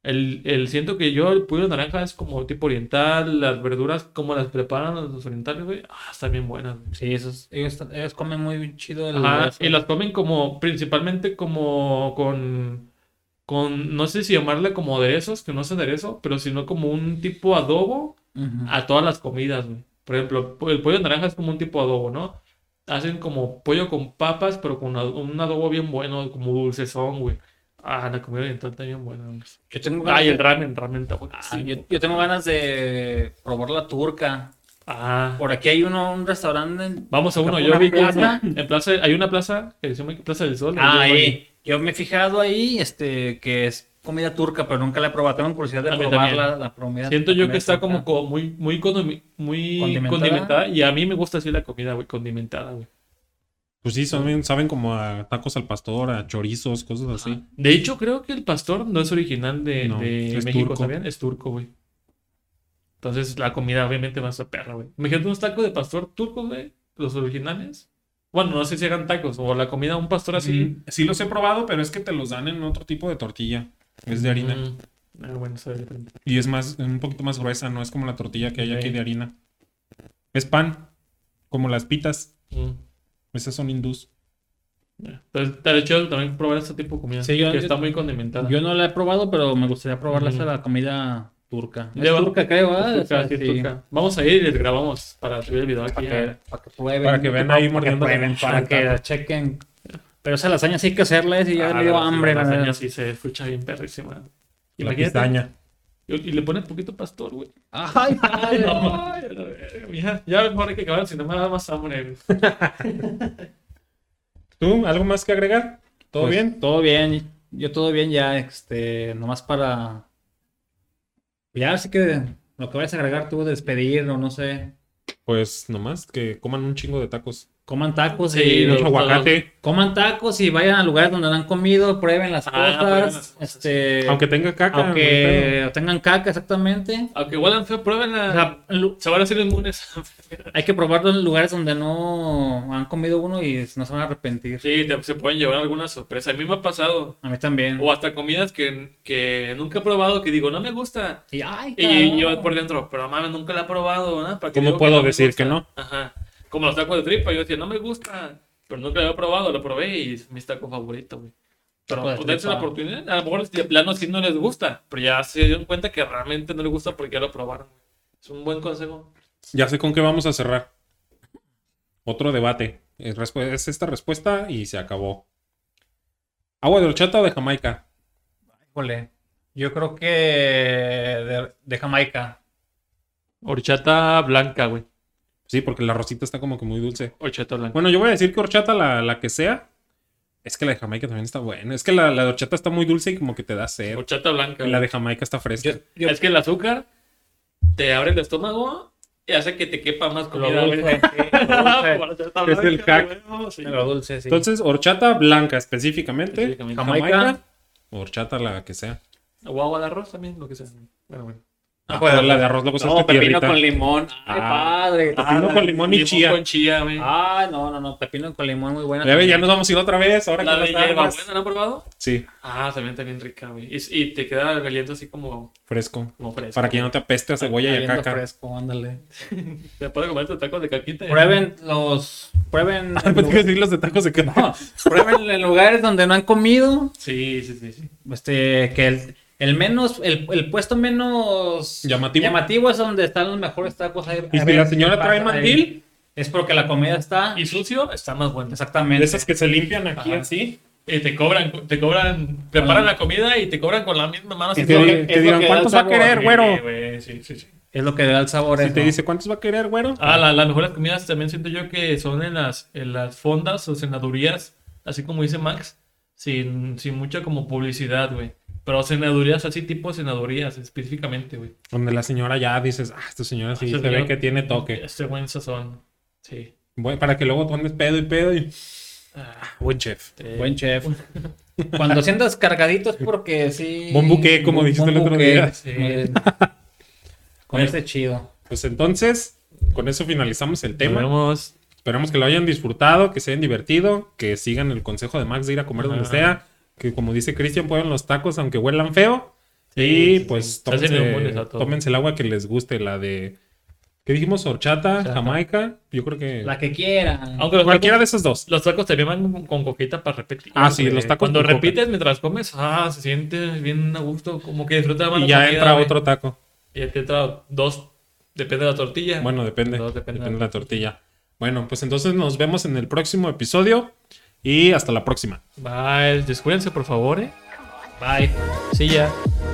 S1: el, el siento que yo el pollo de naranja es como tipo oriental, las verduras como las preparan los orientales, güey, ah, están bien buenas. güey.
S3: Sí, esos, ellos, ellos comen muy chido el
S1: Ajá,
S3: eso.
S1: y las comen como principalmente como con con no sé si llamarle como aderezos, que no es aderezo, pero sino como un tipo adobo
S3: Ujú.
S1: a todas las comidas, güey. Por ejemplo, po- el pollo de naranja es como un tipo adobo, ¿no? Hacen como pollo con papas, pero con ad- un adobo bien bueno, como dulcezón, güey. Ah, la comida oriental está bien buena. güey.
S3: Yo tengo ganas
S1: Ay,
S3: de-
S1: el ramen, ramen está bueno.
S3: Ah, yo, yo tengo ganas de probar la turca.
S1: Ah,
S3: Por aquí hay uno, un restaurante. en-
S1: vamos a uno. Yo
S3: Una
S1: vi que
S3: plaza.
S1: en plaza, hay una plaza que se llama Plaza del Sol.
S3: Ah,
S1: Yo voy.
S3: ahí. Yo me he fijado ahí, este, que es comida turca, pero nunca la he probado. Tengo curiosidad de
S1: A mí
S3: probar
S1: también.
S3: la, la comida.
S1: Siento yo
S3: comida
S1: que está
S3: turca.
S1: como co- muy, muy, condimi- muy
S3: Condimentada.
S1: condimentada. Y a mí me gusta así la comida, güey, condimentada, güey.
S2: Pues sí, saben, saben como a tacos al pastor, a chorizos, cosas así.
S1: De hecho, creo que el pastor no es original de,
S2: No,
S1: de
S2: es
S1: México
S2: turco.
S1: también, es turco, güey. Entonces la comida obviamente va a ser perra, güey. Imagínate unos tacos de pastor turco, güey, los originales. Bueno, no sé si hagan tacos o la comida un pastor así.
S2: Sí, sí los he probado, pero es que te los dan en otro tipo de tortilla. Es de harina.
S1: Mm. Ah, bueno, sabe diferente.
S2: Y es más, un poquito más gruesa, no es como la tortilla que hay
S1: Ok.
S2: aquí de harina. Es pan, como las pitas.
S1: Mm.
S2: Esas son hindús.
S1: Entonces, estaría chido también probar este tipo de comida.
S3: Sí, yo-
S1: que
S3: yo-
S1: está muy condimentada.
S3: Yo no la he probado, pero me gustaría probarla
S1: Ujú.
S3: esa la comida turca. Es
S1: Lleva-
S3: turca, creo, ¿ah?
S1: Es
S3: O sea,
S1: turca, sí, es
S3: sí.
S1: turca. Vamos a ir y les grabamos para subir el video aquí.
S3: Para
S1: ya.
S3: que, para que prueben.
S2: Para que vean ahí mordiendo la
S3: prueben,
S2: cuchara
S3: Para
S2: el
S3: que
S2: taco.
S3: la chequen. Pero esa lasaña sí hay que hacerla, y ya
S1: Ah,
S3: me dio
S1: la-
S3: hambre.
S1: La
S3: La
S1: lasaña
S3: verdad.
S1: sí se escucha bien perrísima.
S2: Y la
S1: Imagínate.
S2: pistaña.
S1: Y y le pones poquito pastor, güey.
S3: Ay,
S1: Ay,
S3: padre.
S1: no, ay, la verga, mija. Ya mejor hay que acabar, si no me da más hambre. güey.
S2: ¿Tú? ¿Algo más que agregar? ¿Todo
S3: Pues,
S2: bien?
S3: Todo bien. Yo todo bien ya, este, nomás para... Ya, así que lo que vayas a agregar tú, despedir o no sé.
S2: Pues nomás que coman un chingo de tacos.
S3: Coman tacos
S1: Sí,
S3: y
S1: los-
S2: Mucho aguacate.
S3: coman tacos y vayan a lugares donde no han comido, prueben las
S1: Ah, prueben las
S3: cosas,
S1: cosas.
S3: este,
S2: Aunque tenga caca.
S3: aunque tengan caca, exactamente.
S1: Aunque huelan feo, prueben
S3: O
S1: a...
S3: sea, lu-
S1: Se van a hacer inmunes.
S3: hay que probarlo en lugares donde no han comido uno y no se van a arrepentir.
S1: sí, te- se pueden llevar alguna sorpresa. A mí me ha pasado.
S3: A mí también.
S1: O hasta comidas que, que nunca he probado, que digo, no me gusta.
S3: Y, ay,
S1: Y
S3: caramba.
S1: yo por dentro, pero mames, nunca la he probado, ¿no? ¿Para qué
S2: ¿Cómo
S1: digo
S2: puedo
S1: me
S2: decir
S1: gusta?
S2: que no?
S1: Ajá. Como los tacos de tripa, yo decía, no me gusta, pero nunca lo he probado, lo probé y es mi taco favorito, güey. Pero
S3: Taco de
S1: pues dense la
S3: tripa.
S1: oportunidad, a lo mejor de plano sí no les gusta, pero ya se dieron cuenta que realmente no les gusta porque ya lo probaron. güey. Es un buen consejo.
S2: Ya sé con qué vamos a cerrar. Otro debate. Es respu- es esta respuesta y se acabó. ¿Agua de horchata o de Jamaica?
S3: Híjole, yo creo que de, de Jamaica.
S1: Horchata blanca, güey.
S2: Sí, porque la rosita está como que muy dulce.
S1: Horchata blanca.
S2: Bueno, yo voy a decir que horchata, la, la que sea. Es que la de Jamaica también está buena. Es que la, la de horchata está muy dulce y como que te da sed.
S1: Horchata blanca.
S2: Y La
S1: güey.
S2: de Jamaica está fresca.
S3: Yo, yo-
S1: Es que el azúcar te abre el estómago y hace que te quepa más
S3: lo
S1: comida, güey.
S3: dulce, sí, lo dulce,
S1: Horchata
S2: Es el
S1: blanca,
S2: cac.
S1: güey, sí.
S3: lo dulce, sí.
S2: Entonces, horchata blanca específicamente.
S1: Específicamente.
S2: Jamaica.
S3: Jamaica.
S2: Horchata la que sea.
S1: O agua de arroz también, lo que sea. Bueno, bueno.
S2: Ah,
S3: Agua de
S1: pues,
S2: pero la de arroz, lo que sea.
S3: No,
S2: No,
S3: pepino con limón. Ay,
S2: Ah.
S3: padre.
S2: Pepino con limón y chía.
S1: con chía, güey.
S3: Ay, Ah, no, no, no. Pepino con limón, muy buena.
S2: Ya ve, ya nos vamos a ir otra vez. Ahora
S1: la
S2: que
S1: de
S2: las armas.
S1: hierbabuena, ¿la han probado?
S2: Sí,
S1: Ah, también está bien rica, güey. Y, y te queda el aliento así como,
S2: fresco.
S1: como fresco.
S2: Para que ya no te apeste a cebolla y a
S3: Oliendo
S2: caca.
S3: fresco, ándale.
S1: Te puedes comer tus tacos de caquita. güey.
S3: Prueben los. Prueben.
S2: Ah, pensé que iba a decir los de tacos de caca.
S3: prueben en lugares donde no han comido.
S1: Sí, sí, sí. sí.
S3: Este, que el, el menos. El, el puesto menos.
S2: Llamativo.
S3: es donde están los mejores tacos. ahí-
S2: Y
S3: a
S2: si
S3: ver
S2: la
S3: qué
S2: señora
S3: pasa
S2: trae
S3: ahí.
S2: mandil,
S3: Es porque la comida está.
S1: Y sucio, está más bueno.
S2: de
S3: Exactamente.
S2: esas que se limpian aquí
S1: Ajá.
S2: así.
S1: Y te cobran, te cobran, preparan la comida y te cobran con la misma mano.
S2: Y
S1: así
S2: te,
S1: como-
S3: lo que-
S2: di-
S3: es
S2: te
S3: lo
S2: dirán,
S3: que da
S2: ¿cuántos
S3: el
S2: va a
S3: sabor,
S2: querer,
S1: Sí,
S2: güero?
S1: güey, sí, sí, sí.
S3: Es lo que da el sabor.
S2: Si
S3: eso.
S2: te dice, ¿cuántos va a querer, güero?
S1: Ah, la- las mejores comidas también siento yo que son en las, en las fondas o cenadurías, así como dice Max, sin, sin mucha como publicidad, güey. Pero cenadurías, así tipo cenadurías específicamente, güey.
S2: Donde la señora ya dices, ah, esta señora sí
S1: Ese
S2: se ve
S1: señor-
S2: que tiene toque.
S1: Este buen sazón. Sí.
S2: Bueno, para que luego tomes pedo y pedo y.
S1: Ah,
S2: Buen chef.
S1: te-
S3: Buen chef. Eh, Cuando sientas cargadito es porque sí.
S2: Buen buque, como dijiste el otro día.
S3: sí.
S1: Eh,
S3: Con este chido.
S2: Pues entonces, con eso finalizamos el tema.
S1: Tenemos
S2: Esperamos que lo hayan disfrutado, que se hayan divertido, que sigan el consejo de Max de ir a comer donde
S1: Ajá.
S2: sea. Que como dice Cristian, pueden los tacos aunque huelan feo.
S1: Sí,
S2: y
S1: sí, sí.
S2: pues
S1: Se hacen
S2: tómense,
S1: inmunes a todo.
S2: tómense el agua que les guste, la de... ¿Qué dijimos? Horchata, Jamaica. Yo creo que...
S3: La que quieran.
S1: Aunque los
S2: Cualquiera de
S1: tacos,
S2: esas dos.
S1: los tacos también van con, con coquita para repetir.
S2: Ah, sí,
S1: güey.
S2: los tacos
S1: Cuando
S2: con coca.
S1: repites mientras comes, ah, se siente bien a gusto, como que disfruta más la
S2: Y ya
S1: comida,
S2: entra
S1: güey.
S2: otro taco.
S1: Y te entra dos, depende de la tortilla.
S2: Bueno, depende.
S1: Todo
S2: depende.
S1: depende.
S2: de la tortilla. Bueno, pues entonces nos vemos en el próximo episodio y hasta la próxima.
S1: Bye, descuídense por favor, eh.
S3: Bye.
S1: Sí, ya.
S6: Come